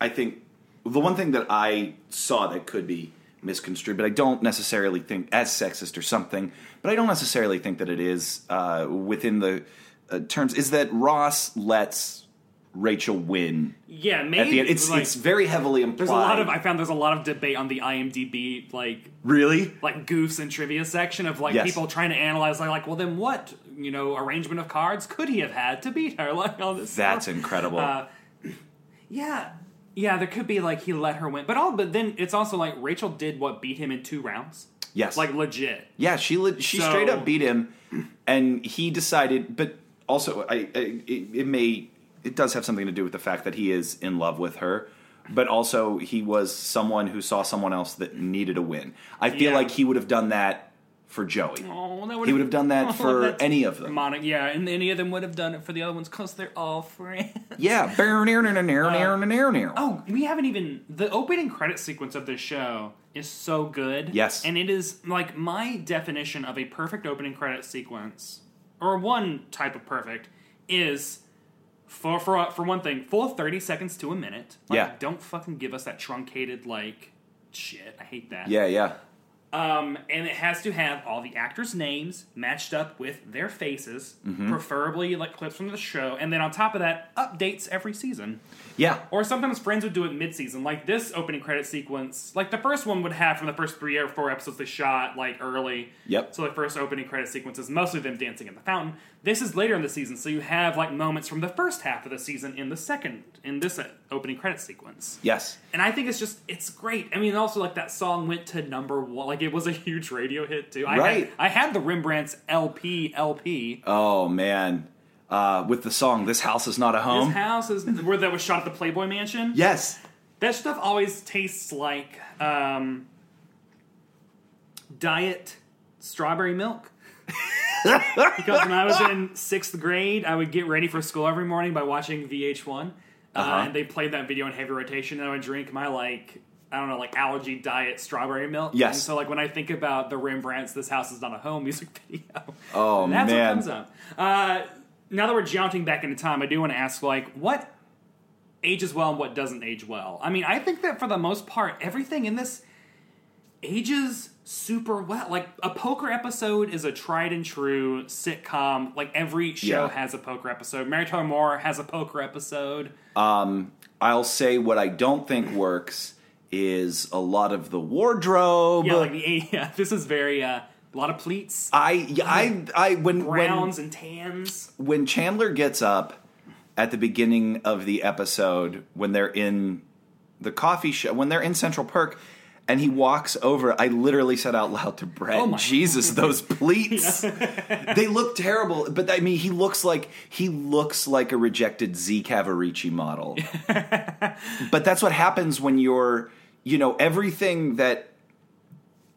Speaker 2: i think the one thing that i saw that could be misconstrued but i don't necessarily think as sexist or something but i don't necessarily think that it is uh, within the uh, terms is that ross lets rachel win
Speaker 1: yeah maybe
Speaker 2: at the end it's
Speaker 1: like,
Speaker 2: it's very heavily implied
Speaker 1: there's a lot of I found there's a lot of debate on the IMDb like
Speaker 2: really
Speaker 1: like goofs and trivia section of like
Speaker 2: Yes.
Speaker 1: people trying to analyze like, like well then what you know arrangement of cards could he have had to beat her like all this
Speaker 2: That's
Speaker 1: stuff.
Speaker 2: incredible.
Speaker 1: Uh, yeah yeah there could be like he let her win but all but then it's also like Rachel did what beat him in two rounds
Speaker 2: yes.
Speaker 1: like legit
Speaker 2: yeah, she le- she
Speaker 1: So-
Speaker 2: straight up beat him, and he decided. But also, I, I it, it may it does have something to do with the fact that he is in love with her. But also, he was someone who saw someone else that needed a win. I feel
Speaker 1: Yeah.
Speaker 2: like he would have done that for Joey.
Speaker 1: oh that
Speaker 2: he would have done that
Speaker 1: oh,
Speaker 2: for
Speaker 1: that's
Speaker 2: any of them.
Speaker 1: Monica yeah and any of them would have done it for the other ones because they're all friends.
Speaker 2: yeah. Oh,
Speaker 1: Oh, we haven't even the opening credit sequence of this show is so good.
Speaker 2: Yes.
Speaker 1: and it is like my definition of a perfect opening credit sequence, or one type of perfect, is for for for one thing, full thirty seconds to a minute. Like,
Speaker 2: Yeah.
Speaker 1: don't fucking give us that truncated like shit. I hate that.
Speaker 2: yeah, yeah,
Speaker 1: Um, and it has to have all the actors' names matched up with their faces,
Speaker 2: Mm-hmm.
Speaker 1: preferably like clips from the show, and then on top of that, updates every season.
Speaker 2: yeah.
Speaker 1: Or sometimes Friends would do it mid-season, like this opening credit sequence. Like the first one would have from the first three or four episodes they shot like early.
Speaker 2: Yep.
Speaker 1: So the first opening credit sequence is mostly them dancing in the fountain. This is later in the season, so you have like moments from the first half of the season in the second in this uh, opening credit sequence.
Speaker 2: yes.
Speaker 1: And I think it's just it's great. I mean, also like that song went to number one. Like it was a huge radio hit too. I
Speaker 2: Right.
Speaker 1: Had, I had the Rembrandt's LP LP.
Speaker 2: Oh man, uh, with the song "This House Is Not a Home."
Speaker 1: His house is where that was shot at the Playboy Mansion.
Speaker 2: yes.
Speaker 1: That stuff always tastes like um, diet strawberry milk. because when I was in sixth grade, I would get ready for school every morning by watching VH1, uh,
Speaker 2: Uh-huh.
Speaker 1: and they played that video in heavy rotation, and I would drink my like I don't know like algae diet strawberry milk.
Speaker 2: Yes.
Speaker 1: And so like when I think about the Rembrandts, this house is not a home music video.
Speaker 2: Oh
Speaker 1: That's
Speaker 2: man,
Speaker 1: what comes up. Uh, now that we're jaunting back into time, I do want to ask, like, what ages well and what doesn't age well? I mean, I think that for the most part, everything in this ages super well. Like, a poker episode is a tried and true sitcom. Like, every show
Speaker 2: Yeah.
Speaker 1: has a poker episode. Mary Tyler Moore has a poker episode.
Speaker 2: Um, I'll say what I don't think works is a lot of the wardrobe.
Speaker 1: Yeah, like the yeah, this is very uh, a lot of pleats,
Speaker 2: I, yeah, I, I when
Speaker 1: browns
Speaker 2: when
Speaker 1: and tans.
Speaker 2: when Chandler gets up at the beginning of the episode when they're in the coffee shop when they're in Central Perk. And he walks over. I literally said out loud to Brett,
Speaker 1: Oh my-
Speaker 2: "Jesus, those pleats! they look terrible." But I mean, he looks like he looks like a rejected Z Cavarici model. but that's what happens when you're you know everything that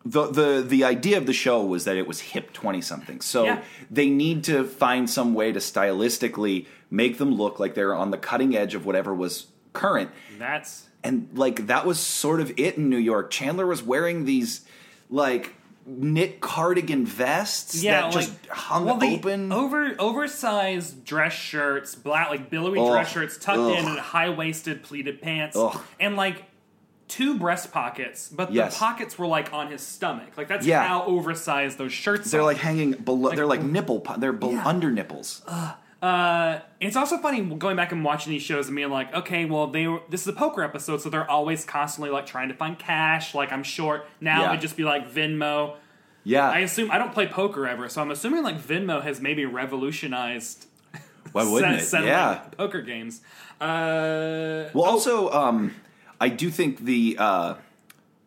Speaker 2: the the the idea of the show was that it was hip 20 something so
Speaker 1: Yeah.
Speaker 2: they need to find some way to stylistically make them look like they're on the cutting edge of whatever was current
Speaker 1: That's
Speaker 2: and like that was sort of it in new york chandler was wearing these like knit cardigan vests that just
Speaker 1: like-
Speaker 2: hung
Speaker 1: well, Oh. the
Speaker 2: open
Speaker 1: over oversized dress shirts, black like billowy
Speaker 2: Ugh.
Speaker 1: dress shirts tucked in
Speaker 2: Ugh.
Speaker 1: and high waisted pleated pants,
Speaker 2: Ugh.
Speaker 1: and like two breast pockets, but
Speaker 2: Yes.
Speaker 1: the pockets were like on his stomach. Like that's
Speaker 2: Yeah.
Speaker 1: how oversized those shirts.
Speaker 2: they're
Speaker 1: are.
Speaker 2: like hanging below they're like nipple po- they're bel
Speaker 1: oh. Yeah.
Speaker 2: under nipples
Speaker 1: Uh, it's also funny going back and watching these shows and being like, okay, well, they were, this is a poker episode, so they're always constantly like trying to find cash. Like I'm short now,
Speaker 2: Yeah.
Speaker 1: it'd just be like Venmo.
Speaker 2: yeah
Speaker 1: I assume I don't play poker ever, so I'm assuming like Venmo has maybe revolutionized
Speaker 2: why
Speaker 1: set-
Speaker 2: wouldn't it
Speaker 1: set, like,
Speaker 2: yeah
Speaker 1: poker games. Uh,
Speaker 2: Well, also, um, I do think the uh,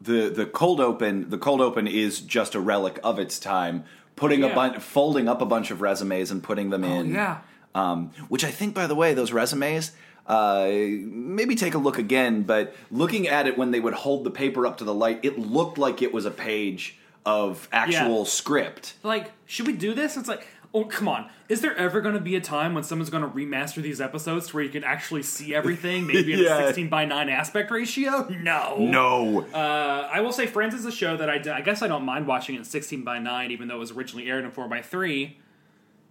Speaker 2: the the cold open the cold open is just a relic of its time. Putting
Speaker 1: Yeah. Oh,
Speaker 2: a bunch, folding up a bunch of resumes and putting them in.
Speaker 1: yeah.
Speaker 2: Um, which I think, by the way, those resumes. Uh, maybe take a look again, but looking at it when they would hold the paper up to the light, it looked like it was a page of actual
Speaker 1: Yeah.
Speaker 2: script.
Speaker 1: like, should we do this? It's like, oh, come on. Is there ever going to be a time when someone's going to remaster these episodes to where you can actually see everything, maybe in
Speaker 2: Yeah.
Speaker 1: a 16 by 9 aspect ratio? No.
Speaker 2: No,
Speaker 1: Uh, I will say Friends is a show that I, d- I guess I don't mind watching in 16 by 9, even though it was originally aired in 4 by 3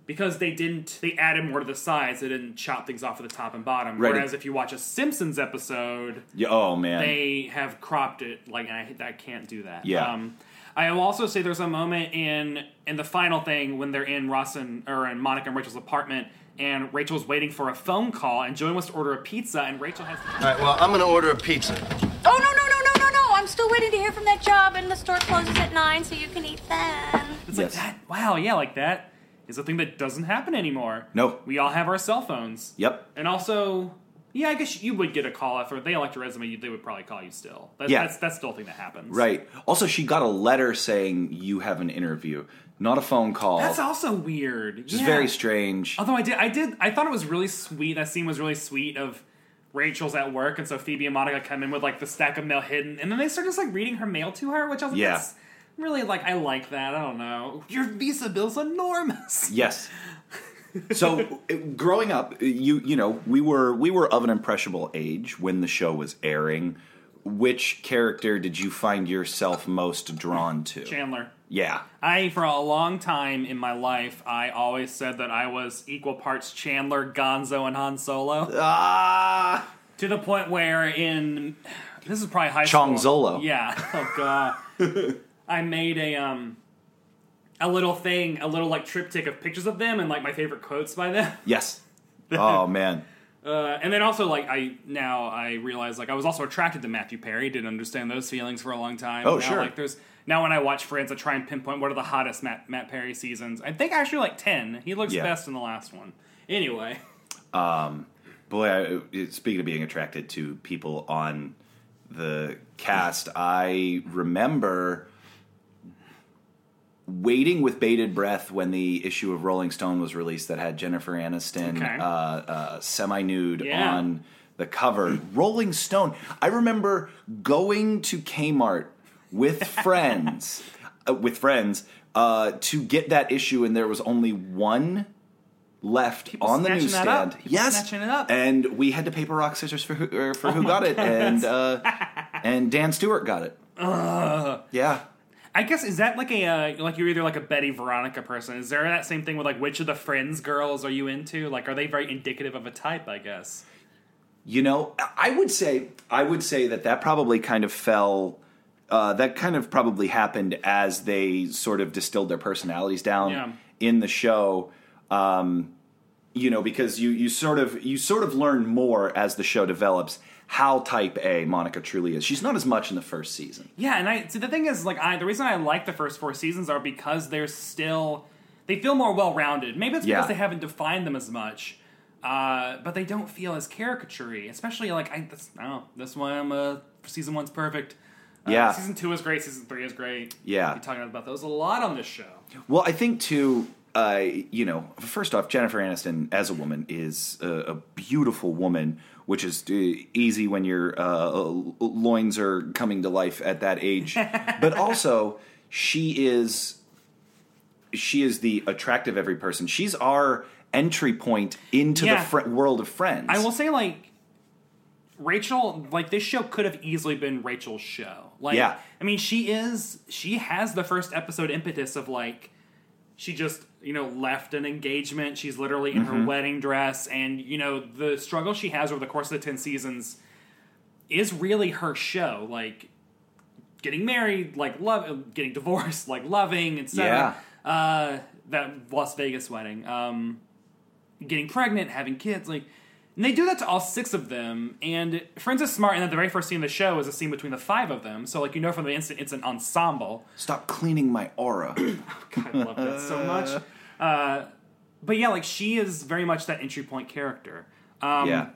Speaker 1: because they didn't, they added more to the sides. They didn't chop things off at the top and bottom.
Speaker 2: Right.
Speaker 1: Whereas if you watch a Simpsons episode,
Speaker 2: Yeah, oh man,
Speaker 1: they have cropped it like and I, I can't do that
Speaker 2: Yeah.
Speaker 1: um, i will also say there's a moment in in the final thing when they're in ross and or in monica and rachel's apartment and rachel's waiting for a phone call and joey wants to order a pizza and rachel has
Speaker 3: All right, well, I'm gonna order a pizza.
Speaker 6: Oh, no, no, no, no, no, no. I'm still waiting to hear from that job, and the store closes at 9, so you can eat then.
Speaker 1: it's like
Speaker 2: Yes.
Speaker 1: that wow yeah like that is a thing that doesn't happen anymore
Speaker 2: No.
Speaker 1: we all have our cell phones
Speaker 2: Yep.
Speaker 1: and also yeah i guess you would get a call if they elect a resume you- they would probably call you still That-
Speaker 2: Yeah.
Speaker 1: that's that's still a thing that happens
Speaker 2: right. Also, she got a letter saying you have an interview, not a phone call.
Speaker 1: that's also weird
Speaker 2: Which is
Speaker 1: yeah.
Speaker 2: very strange.
Speaker 1: Although I did, I did, I thought it was really sweet. That scene was really sweet of Rachel's at work, and so Phoebe and Monica come in with like the stack of mail hidden, and then they start just like reading her mail to her, which I was like,
Speaker 2: Yeah.
Speaker 1: that's really like I like that. I don't know, your Visa bill's enormous.
Speaker 2: Yes. So, uh, growing up, you you know, we were we were of an impressionable age when the show was airing. Which character did you find yourself most drawn to?
Speaker 1: Chandler,
Speaker 2: Yeah.
Speaker 1: I for a long time in my life, I always said that I was equal parts Chandler, Gonzo, and Han Solo.
Speaker 2: Ah.
Speaker 1: To the point where in this is probably high
Speaker 2: Chong
Speaker 1: school.
Speaker 2: Zolo.
Speaker 1: Yeah. Oh god. I made a um a little thing, a little like triptych of pictures of them and like my favorite quotes by them.
Speaker 2: Yes. Oh man.
Speaker 1: Uh, and then also like I now I realize like I was also attracted to Matthew Perry. Didn't understand those feelings for a long time.
Speaker 2: Oh,
Speaker 1: now,
Speaker 2: sure.
Speaker 1: Like there's now when I watch Friends, I try and pinpoint what are the hottest Matt Matt Perry seasons. I think actually like ten. He looks
Speaker 2: Yeah.
Speaker 1: best in the last one. Anyway,
Speaker 2: Boy, I, it- speaking of being attracted to people on the cast, I remember waiting with bated breath when the issue of Rolling Stone was released that had Jennifer Aniston
Speaker 1: Okay.
Speaker 2: uh, uh, semi nude
Speaker 1: Yeah.
Speaker 2: on the cover. Rolling Stone. I remember going to Kmart with friends, uh, with friends, uh, to get that issue, and there was only one left on the
Speaker 1: snatching that up.
Speaker 2: newsstand.
Speaker 1: People
Speaker 2: Yes,
Speaker 1: snatching it up. Oh
Speaker 2: and we had to paper rock scissors for who, er, for who got it, and uh, and Dan Stewart got it. Yeah.
Speaker 1: I guess is that like a uh, like you're either like a Betty Veronica person. Is there that same thing with like which of the Friends girls are you into? Like, are they very indicative of a type? I guess.
Speaker 2: You know, I would say I would say that that probably kind of fell. Uh, that kind of probably happened as they sort of distilled their personalities down
Speaker 1: Yeah.
Speaker 2: in the show. Um, you know, because you you sort of you sort of learn more as the show develops how type A Monica truly is. She's not as much in the first season.
Speaker 1: Yeah, and I see the thing is like I the reason I like the first four seasons are because they're still they feel more well rounded. Maybe it's because
Speaker 2: Yeah.
Speaker 1: they haven't defined them as much, uh, but they don't feel as caricaturey. Especially like I, this, I don't know this one uh, season one's perfect. Uh,
Speaker 2: Yeah.
Speaker 1: season two is great. Season three is great.
Speaker 2: Yeah.
Speaker 1: We're talking about those a lot on this show.
Speaker 2: Well, I think too. Uh, you know, first off, Jennifer Aniston as a woman is a, a beautiful woman, which is uh, easy when your uh, loins are coming to life at that age. but also, she is she is the attractive every person. She's our entry point into
Speaker 1: Yeah.
Speaker 2: the fr- world of friends.
Speaker 1: I will say like Rachel, like this show could have easily been Rachel's show. Like
Speaker 2: Yeah.
Speaker 1: I mean, she is she has the first episode impetus of like she just, you know, left an engagement. She's literally in
Speaker 2: Mm-hmm.
Speaker 1: her wedding dress and you know, the struggle she has over the course of the 10 seasons is really her show. Like getting married, like love uh, getting divorced, like loving, etc. Uh that Las Vegas wedding. Um getting pregnant, having kids, like and they do that to all six of them. And Friends is smart in that the very first scene of the show is a scene between the five of them. So like you know from the instant it's an ensemble.
Speaker 2: Stop cleaning my aura.
Speaker 1: God, I love that so much. Uh, but yeah, like she is very much that entry point character. Um,
Speaker 2: yeah.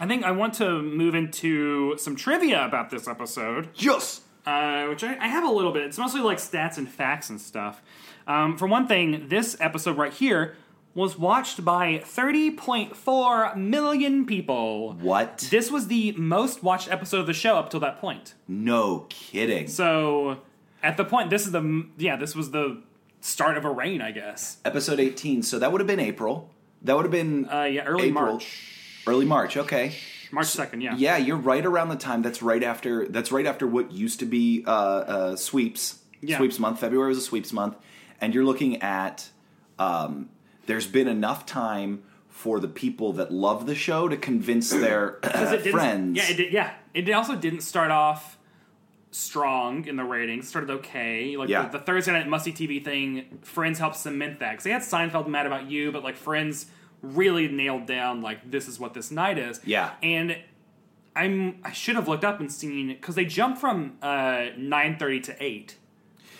Speaker 1: I think I want to move into some trivia about this episode
Speaker 2: Yes.
Speaker 1: uh, which I, I have a little bit. It's mostly like stats and facts and stuff. Um, for one thing, this episode right here was watched by 30.4 million people.
Speaker 2: What?
Speaker 1: This was the most watched episode of the show up till that point.
Speaker 2: No kidding.
Speaker 1: So at the point, this is the m- yeah, this was the start of a rain, I guess.
Speaker 2: Episode eighteen. So that would have been April. That would have been
Speaker 1: Uh, yeah, early
Speaker 2: April.
Speaker 1: March,
Speaker 2: Early March. Okay.
Speaker 1: March second. Yeah,
Speaker 2: Yeah, you're right around the time. That's right after. That's right after what used to be uh, uh, sweeps.
Speaker 1: Yeah.
Speaker 2: Sweeps month. February was a sweeps month, and you're looking at. Um, there's been enough time for the people that love the show to convince their
Speaker 1: Because it didn't-
Speaker 2: uh, friends.
Speaker 1: Yeah, it did, yeah. It also didn't start off strong in the ratings. Started okay. Like
Speaker 2: Yeah.
Speaker 1: the, the Thursday night musty TV thing, Friends helped cement that because they had Seinfeld mad about you, but like Friends really nailed down like this is what this night is.
Speaker 2: Yeah.
Speaker 1: and I'm I should have looked up and seen because they jumped from uh, nine thirty to eight,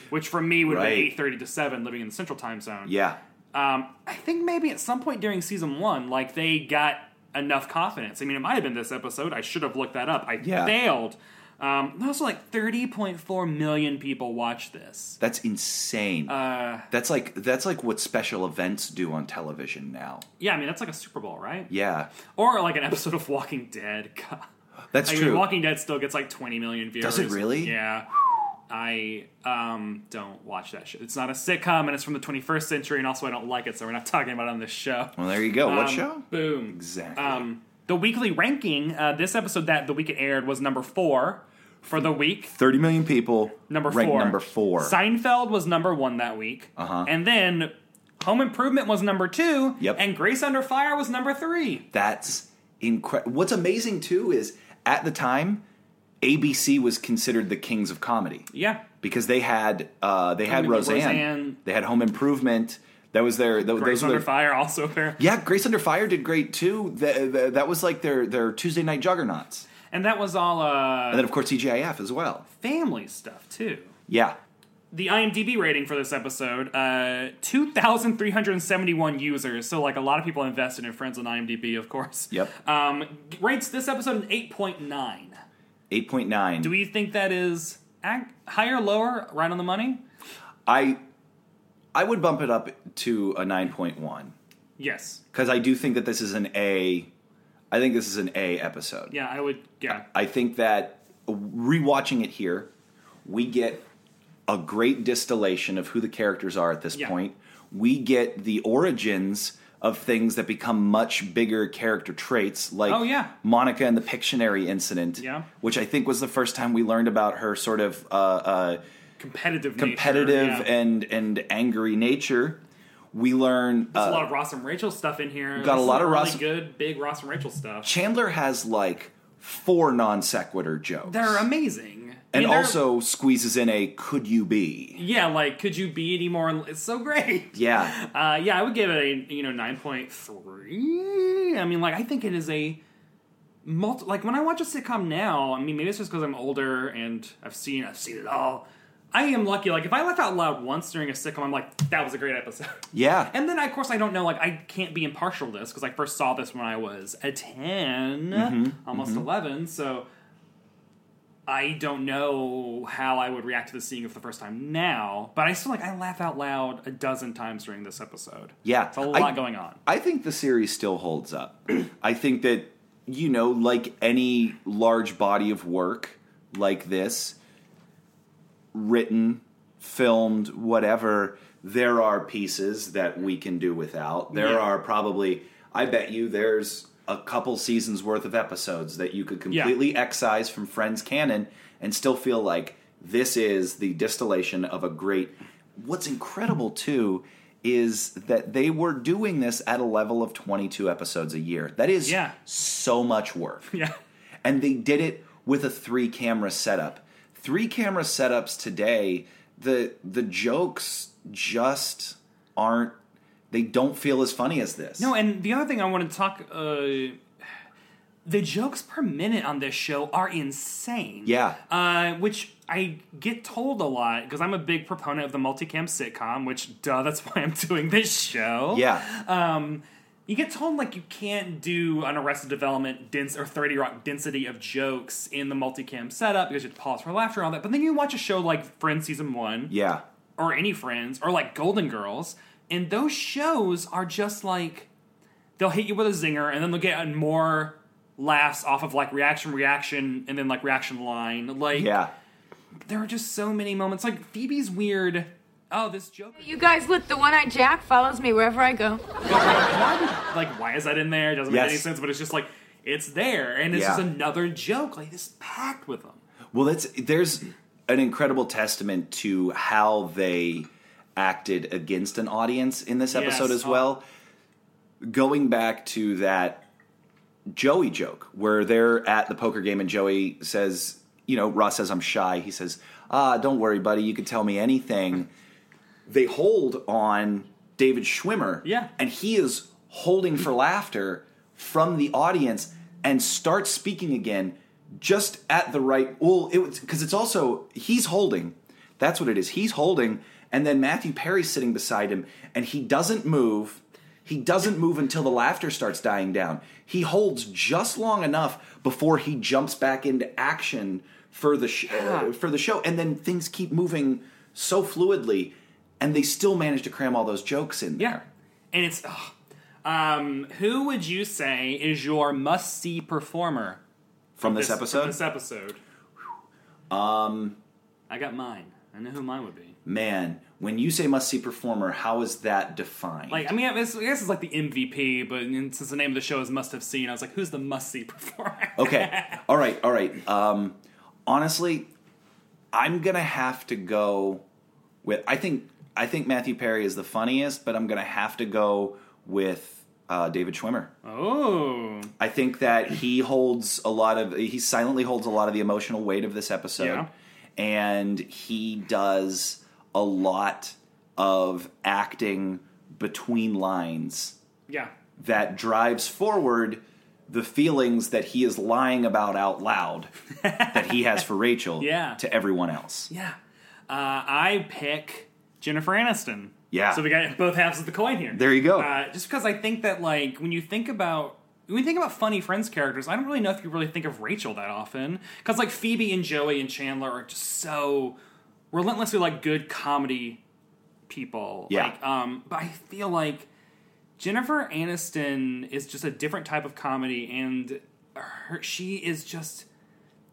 Speaker 1: which for me would have
Speaker 2: Right.
Speaker 1: been eight thirty to seven, living in the Central Time Zone.
Speaker 2: Yeah.
Speaker 1: Um, I think maybe at some point during season one, like they got enough confidence. I mean, it might have been this episode. I should have looked that up. I
Speaker 2: Yeah.
Speaker 1: failed. Um, and also, like 30.4 million people watch this.
Speaker 2: That's insane.
Speaker 1: Uh,
Speaker 2: that's like that's like what special events do on television now.
Speaker 1: Yeah, I mean, that's like a Super Bowl, right?
Speaker 2: Yeah,
Speaker 1: Or like an episode of Walking Dead. God.
Speaker 2: that's
Speaker 1: I mean,
Speaker 2: true.
Speaker 1: Walking Dead still gets like 20 million viewers.
Speaker 2: Does it really?
Speaker 1: Yeah. I um, don't watch that shit. It's not a sitcom, and it's from the 21st century, and also I don't like it, so we're not talking about it on this show.
Speaker 2: well, there you go. what
Speaker 1: Um,
Speaker 2: show?
Speaker 1: Boom.
Speaker 2: Exactly.
Speaker 1: Um, the weekly ranking, uh, this episode that the week it aired was number four for the week.
Speaker 2: Thirty million people.
Speaker 1: Number
Speaker 2: ranked
Speaker 1: four.
Speaker 2: Number four.
Speaker 1: Seinfeld was number one that week. Uh-huh. And then Home Improvement was number two.
Speaker 2: Yep.
Speaker 1: And Grace Under Fire was number three.
Speaker 2: That's incredible. What's amazing too is at the time, ABC was considered the kings of comedy
Speaker 1: Yeah.
Speaker 2: because they had uh, they had
Speaker 1: Comedy,
Speaker 2: Roseanne,
Speaker 1: Roseanne.
Speaker 2: they had Home Improvement. That was their th-
Speaker 1: Grace
Speaker 2: those were
Speaker 1: Under
Speaker 2: their-
Speaker 1: Fire also there.
Speaker 2: Yeah, Grace Under Fire did great too. That, that, that was like their their Tuesday night juggernauts,
Speaker 1: And that was all uh,
Speaker 2: and then of course TGIF as well.
Speaker 1: family stuff, too.
Speaker 2: Yeah,
Speaker 1: The IMDb rating for this episode, uh, 2,371 users. So, like, a lot of people invested in Friends on IMDb, of course.
Speaker 2: Yep.
Speaker 1: Um, rates this episode an 8.9.
Speaker 2: eight point nine.
Speaker 1: Do we think that is ac- higher, lower, right on the money?
Speaker 2: I I would bump it up to a nine point one.
Speaker 1: Yes.
Speaker 2: because I do think that this is an A. I think this is an A episode.
Speaker 1: Yeah, I would. Yeah,
Speaker 2: I think that rewatching it here, we get a great distillation of who the characters are at this
Speaker 1: Yeah.
Speaker 2: point. We get the origins of things that become much bigger character traits, like
Speaker 1: Oh, yeah.
Speaker 2: Monica and the Pictionary incident,
Speaker 1: Yeah.
Speaker 2: which I think was the first time we learned about her sort of uh, uh,
Speaker 1: competitive, nature,
Speaker 2: competitive
Speaker 1: yeah.
Speaker 2: and and angry nature. We learn
Speaker 1: There's a
Speaker 2: uh,
Speaker 1: lot of Ross and Rachel stuff in here.
Speaker 2: got a
Speaker 1: This is
Speaker 2: lot of
Speaker 1: really
Speaker 2: Ross-
Speaker 1: good, big Ross and Rachel stuff.
Speaker 2: Chandler has like four non sequitur jokes,
Speaker 1: They're amazing, I
Speaker 2: and
Speaker 1: mean, they're-
Speaker 2: also squeezes in a "Could you be?"
Speaker 1: yeah, like could you be any more? It's so great.
Speaker 2: Yeah,
Speaker 1: Uh, yeah, I would give it a you know nine point three. I mean, like I think it is a multi. Like when I watch a sitcom now, I mean maybe it's just because I'm older and I've seen I've seen it all. I am lucky. Like if I laugh out loud once during a sitcom, I'm like that was a great episode.
Speaker 2: yeah.
Speaker 1: And then of course I don't know. Like I can't be impartial to this because I first saw this when I was a 10
Speaker 2: Mm-hmm,
Speaker 1: almost eleven. So. I don't know how I would react to this seeing it for the first time now, but I still like I laugh out loud a dozen times during this episode.
Speaker 2: Yeah,
Speaker 1: It's a lot
Speaker 2: I-
Speaker 1: going on.
Speaker 2: I think the series still holds up. I think that you know, like any large body of work like this, written, filmed, whatever, there are pieces that we can do without. There
Speaker 1: Yeah.
Speaker 2: are probably, I bet you, there's a couple seasons worth of episodes that you could
Speaker 1: Yeah.
Speaker 2: completely excise from Friends canon and still feel like this is the distillation of a great. What's incredible too is that they were doing this at a level of 22 episodes a year. That is
Speaker 1: Yeah.
Speaker 2: so much work
Speaker 1: Yeah.
Speaker 2: and they did it with a three camera setup. Three camera setups today, the the jokes just aren't they don't feel as funny as this.
Speaker 1: No, and the other thing I want to talk uh the jokes per minute on this show are insane.
Speaker 2: Yeah.
Speaker 1: Uh which I get told a lot because I'm a big proponent of the multicam sitcom, which duh, that's why I'm doing this show.
Speaker 2: yeah.
Speaker 1: Um you get told like you can't do an Arrested Development dense or Thirty Rock density of jokes in the multicam setup because you have to pause for laughter and all that. But then you watch a show like Friends season one,
Speaker 2: yeah.
Speaker 1: or any friends or like golden girls and those shows are just like they'll hit you with a zinger and then they'll get more laughs off of like reaction reaction and then like reaction line like
Speaker 2: Yeah.
Speaker 1: there are just so many moments like phoebe's weird oh this joke
Speaker 6: You guys lit the one eyed Jack follows me wherever I go.
Speaker 1: like why is that in there it doesn't
Speaker 2: Yes.
Speaker 1: make any sense but it's just like it's there and it's
Speaker 2: Yeah.
Speaker 1: just another joke like this packed with them
Speaker 2: Well, that's there's an incredible testament to how they acted against an audience in this
Speaker 1: Yes.
Speaker 2: episode as well. Going back to that Joey joke where they're at the poker game and Joey says, you know, Ross says I'm shy. He says, "Ah, don't worry, buddy. You can tell me anything." they hold on David Schwimmer.
Speaker 1: Yeah.
Speaker 2: And he is holding for laughter from the audience and starts speaking again just at the right. Well, it was because it's also he's holding. That's what it is. He's holding, and then Matthew Perry's sitting beside him, and he doesn't move. He doesn't move until the laughter starts dying down. He holds just long enough before he jumps back into action for the sh- uh, for the show, and then things keep moving so fluidly, and they still manage to cram all those jokes in
Speaker 1: yeah
Speaker 2: there.
Speaker 1: and it's ugh. um who would you say is your must see performer
Speaker 2: From this, episode,
Speaker 1: From this episode.
Speaker 2: um,
Speaker 1: I got mine. I know who mine would be.
Speaker 2: man, when you say must see performer, how is that defined?
Speaker 1: Like, I mean, I guess I guess it's like the MVP, but and since the name of the show is Must Have Seen, I was like, who's the must see performer?
Speaker 2: okay, all right, all right. Um, honestly, I'm gonna have to go with. I think I think Matthew Perry is the funniest, but I'm gonna have to go with uh, David Schwimmer.
Speaker 1: Oh.
Speaker 2: I think that he holds a lot of he silently holds a lot of the emotional weight of this episode,
Speaker 1: Yeah.
Speaker 2: and he does a lot of acting between lines
Speaker 1: Yeah.
Speaker 2: that drives forward the feelings that he is lying about out loud that he has for Rachel
Speaker 1: Yeah.
Speaker 2: to everyone else.
Speaker 1: Yeah. Uh, I pick Jennifer Aniston.
Speaker 2: Yeah.
Speaker 1: So we got both halves of the coin here.
Speaker 2: There you go.
Speaker 1: Uh, just because I think that, like, when you think about. When you think about funny Friends characters, I don't really know if you really think of Rachel that often. Because, like, Phoebe and Joey and Chandler are just so relentlessly, like, good comedy people.
Speaker 2: Yeah.
Speaker 1: Like, um, but I feel like Jennifer Aniston is just a different type of comedy, and her, she is just.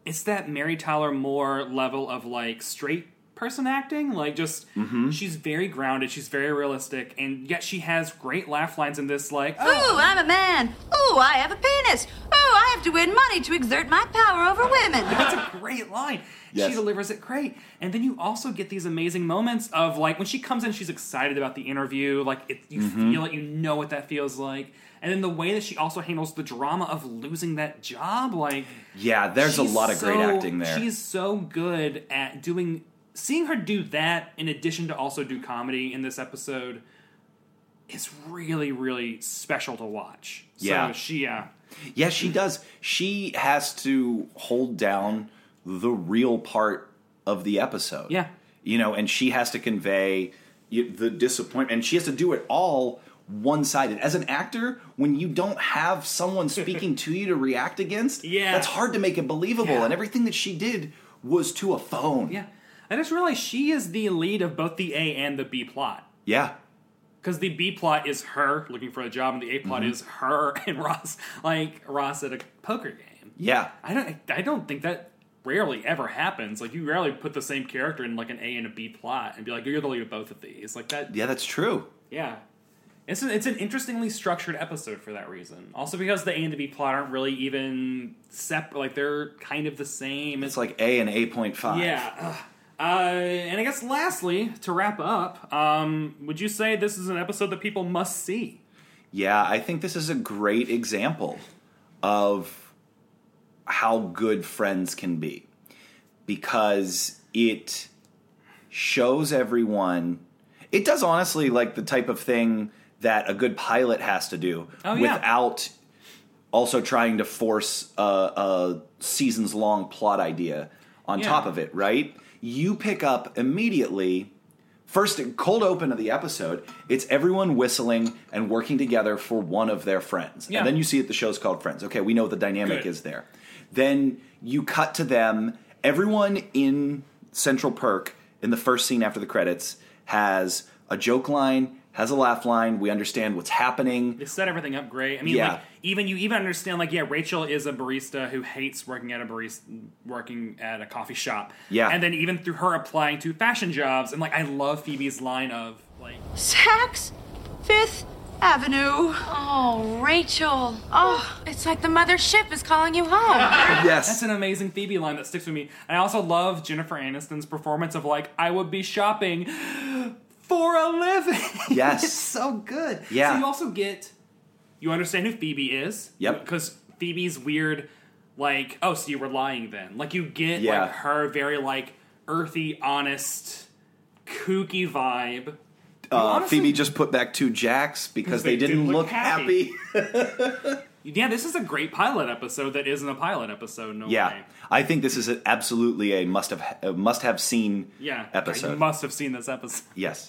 Speaker 1: It's that Mary Tyler Moore level of like straight person acting. Like, just. She's very grounded, she's very realistic, and yet she has great laugh lines in this, like,
Speaker 6: Ooh, I'm a man. Ooh, I have a penis. Ooh, I have to win money to exert my power over women.
Speaker 1: That's a great line. She delivers it great. And then you also get these amazing moments of like when she comes in, she's excited about the interview. Like it, you
Speaker 7: Mhm.
Speaker 1: feel it, you know what that feels like. And then the way that she also handles the drama of losing that job, like
Speaker 2: Yeah, there's a
Speaker 1: she's
Speaker 2: lot of great
Speaker 1: so-
Speaker 2: acting there.
Speaker 1: She's so good at doing seeing her do that in addition to also do comedy in this episode is really really special to watch.
Speaker 2: Yeah.
Speaker 1: So she yeah.
Speaker 2: Yeah, she does. She has to hold down the real part of the episode.
Speaker 1: Yeah.
Speaker 2: You know, and she has to convey y- the disappointment. And she has to do it all one sided. As an actor, when you don't have someone speaking to you to react against,
Speaker 1: Yeah.
Speaker 2: that's hard to make it believable.
Speaker 1: Yeah.
Speaker 2: And everything that she did was to a phone.
Speaker 1: Yeah. I just realized she is the lead of both the A and the B plot.
Speaker 2: Yeah.
Speaker 1: Because the B plot is her looking for a job, and the A plot
Speaker 2: Mhm.
Speaker 1: is her and Ross, like Ross at a poker game.
Speaker 2: Yeah.
Speaker 1: I don't, I don't think that rarely ever happens. Like you rarely put the same character in like an A and a B plot and be like, you're the lead of both of these. Like that,
Speaker 2: Yeah, that's true.
Speaker 1: yeah. It's an, it's an interestingly structured episode for that reason. Also because the A and the B plot aren't really even separate. Like they're kind of the same.
Speaker 2: It's like A and 8.5.
Speaker 1: Yeah. ugh. Uh, and I guess lastly, to wrap up, um, would you say this is an episode that people must see?
Speaker 2: Yeah, I think this is a great example of how good friends can be because it shows everyone. It does honestly like the type of thing that a good pilot has to do
Speaker 1: Oh, yeah.
Speaker 2: without also trying to force a, a seasons long plot idea on
Speaker 1: Yeah.
Speaker 2: top of it, right? You pick up immediately First, cold open of the episode, it's everyone whistling and working together for one of their friends.
Speaker 8: Yeah.
Speaker 2: And then you see it, the show's called Friends. Okay, we know the dynamic
Speaker 8: Good.
Speaker 2: is there. Then you cut to them. Everyone in Central Perk in the first scene after the credits has a joke line, has a laugh line. We understand what's happening.
Speaker 1: They set everything up great. I mean,
Speaker 2: Yeah.
Speaker 1: like even you even understand like yeah, Rachel is a barista who hates working at a barista, working at a coffee shop.
Speaker 2: Yeah.
Speaker 1: and then even through her applying to fashion jobs, and like I love Phoebe's line of like
Speaker 6: Saks Fifth Avenue. Oh, Rachel. Oh, it's like the mothership is calling you home.
Speaker 2: Yes.
Speaker 1: That's an amazing Phoebe line that sticks with me. And I also love Jennifer Aniston's performance of like, I would be shopping for a living.
Speaker 2: Yes.
Speaker 1: it's so good.
Speaker 2: Yeah.
Speaker 1: So you also get you understand who Phoebe is.
Speaker 2: Yep.
Speaker 1: Because Phoebe's weird, like, oh, so you were lying then. Like you get
Speaker 2: Yeah.
Speaker 1: like her very like earthy, honest, kooky vibe.
Speaker 2: Uh, Phoebe just put back two jacks because they, didn't, look, happy.
Speaker 1: yeah, this is a great pilot episode that isn't a pilot episode, no
Speaker 2: Yeah,
Speaker 1: way.
Speaker 2: I think this is a, absolutely a must have must have seen
Speaker 1: Yeah.
Speaker 2: episode.
Speaker 1: You must have seen this episode.
Speaker 2: yes.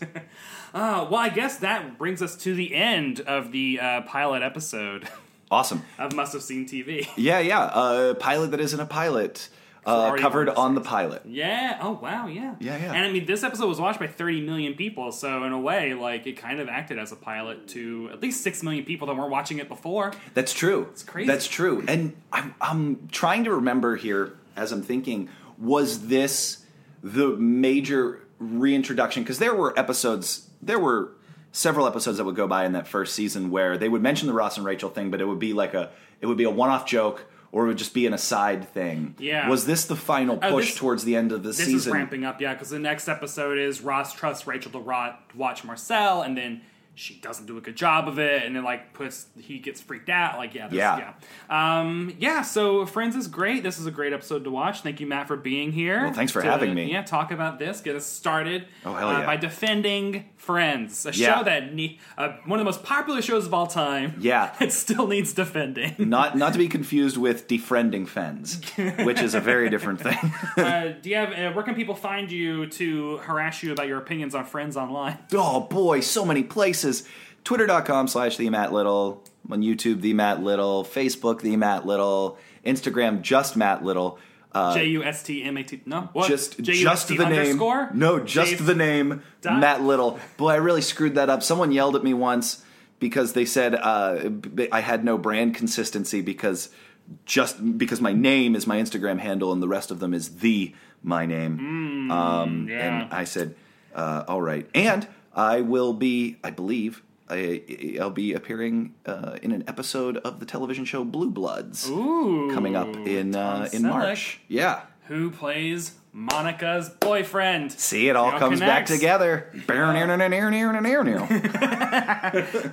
Speaker 1: Uh, well, I guess that brings us to the end of the uh, pilot episode
Speaker 2: Awesome.
Speaker 1: of Must Have Seen TV.
Speaker 2: Yeah, yeah. Uh, pilot that isn't a pilot. Uh,
Speaker 1: already
Speaker 2: covered on the pilot.
Speaker 1: Yeah. Oh, wow. Yeah.
Speaker 2: Yeah, yeah.
Speaker 1: And I mean, this episode was watched by 30 million people, so in a way, like, it kind of acted as a pilot to at least 6 million people that were watching it before.
Speaker 2: That's true. It's
Speaker 1: crazy.
Speaker 2: That's true. And I'm, I'm trying to remember here as I'm thinking was this the major reintroduction? Because there were episodes, there were several episodes that would go by in that first season where they would mention the Ross and Rachel thing, but it would be like a it would be a one off joke or it would just be an aside thing.
Speaker 1: Yeah.
Speaker 2: Was this the final
Speaker 1: Oh,
Speaker 2: push
Speaker 1: this-
Speaker 2: towards the end of the
Speaker 1: this
Speaker 2: season?
Speaker 1: is ramping up, yeah, because the next episode is Ross trusts Rachel to ro- watch Marcel, and then she doesn't do a good job of it, and then like puts he gets freaked out. Like, yeah, this,
Speaker 2: Yeah.
Speaker 1: yeah, Um, yeah. So Friends is great. This is a great episode to watch. Thank you, Matt, for being here.
Speaker 2: Well, thanks for
Speaker 1: to,
Speaker 2: having me.
Speaker 1: Yeah, talk about this. Get us started.
Speaker 2: Oh, hell
Speaker 1: uh,
Speaker 2: yeah.
Speaker 1: By defending Friends, a
Speaker 2: Yeah.
Speaker 1: show that ne- uh, one of the most popular shows of all time.
Speaker 2: Yeah. Mm-hmm.
Speaker 1: It still needs defending.
Speaker 2: not not to be confused with defriending fens, which is a very different thing.
Speaker 1: uh, do you have? Uh, where can people find you to harass you about your opinions on Friends online?
Speaker 2: Oh boy, so many places. Twitter.com slash the Matt Little. On YouTube, the Matt Little. Facebook, the Matt Little. Instagram, just Matt Little. Uh,
Speaker 1: J U S T M A T. No, what?
Speaker 2: Just
Speaker 1: J-U-S-T
Speaker 2: just the name.
Speaker 1: underscore?
Speaker 2: No, just
Speaker 1: J-
Speaker 2: the name.
Speaker 1: Dot?
Speaker 2: Matt Little. Boy, I really screwed that up. Someone yelled at me once because they said uh, b- I had no brand consistency because just because my name is my Instagram handle and the rest of them is the my name.
Speaker 1: Mm,
Speaker 2: um,
Speaker 1: yeah.
Speaker 2: And I said, uh, all right, and I will be, I believe. I, I'll be appearing uh, in an episode of the television show Blue Bloods coming up in
Speaker 1: Tom
Speaker 2: uh, in
Speaker 1: Selleck.
Speaker 2: March. Yeah,
Speaker 1: Who plays Monica's boyfriend?
Speaker 2: see, it all
Speaker 1: Y'all
Speaker 2: comes back
Speaker 1: connects.
Speaker 2: together.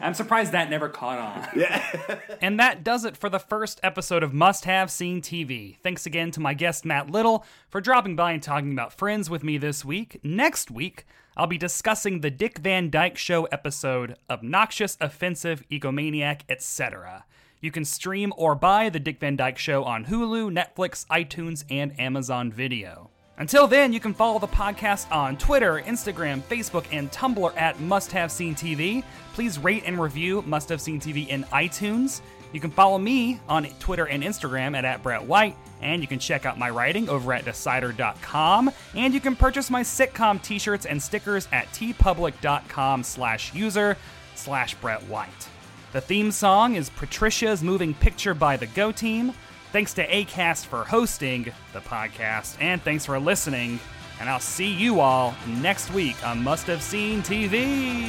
Speaker 1: I'm surprised that never caught on. and that does it for the first episode of Must Have Seen TV. Thanks again to my guest Matt Little for dropping by and talking about Friends with me this week. Next week, I'll be discussing the Dick Van Dyke Show episode Obnoxious, Offensive, Egomaniac, etc. You can stream or buy The Dick Van Dyke Show on Hulu, Netflix, iTunes, and Amazon Video. Until then, you can follow the podcast on Twitter, Instagram, Facebook, and Tumblr at Must Have Seen TV. Please rate and review Must Have Seen TV in iTunes. You can follow me on Twitter and Instagram at, at Brett White, and you can check out my writing over at Decider.com, and you can purchase my sitcom t-shirts and stickers at tpublic.com slash user slash Brett White. The theme song is Patricia's Moving Picture by the Go Team. Thanks to ACAST for hosting the podcast, and thanks for listening. And I'll see you all next week on Must Have Seen TV.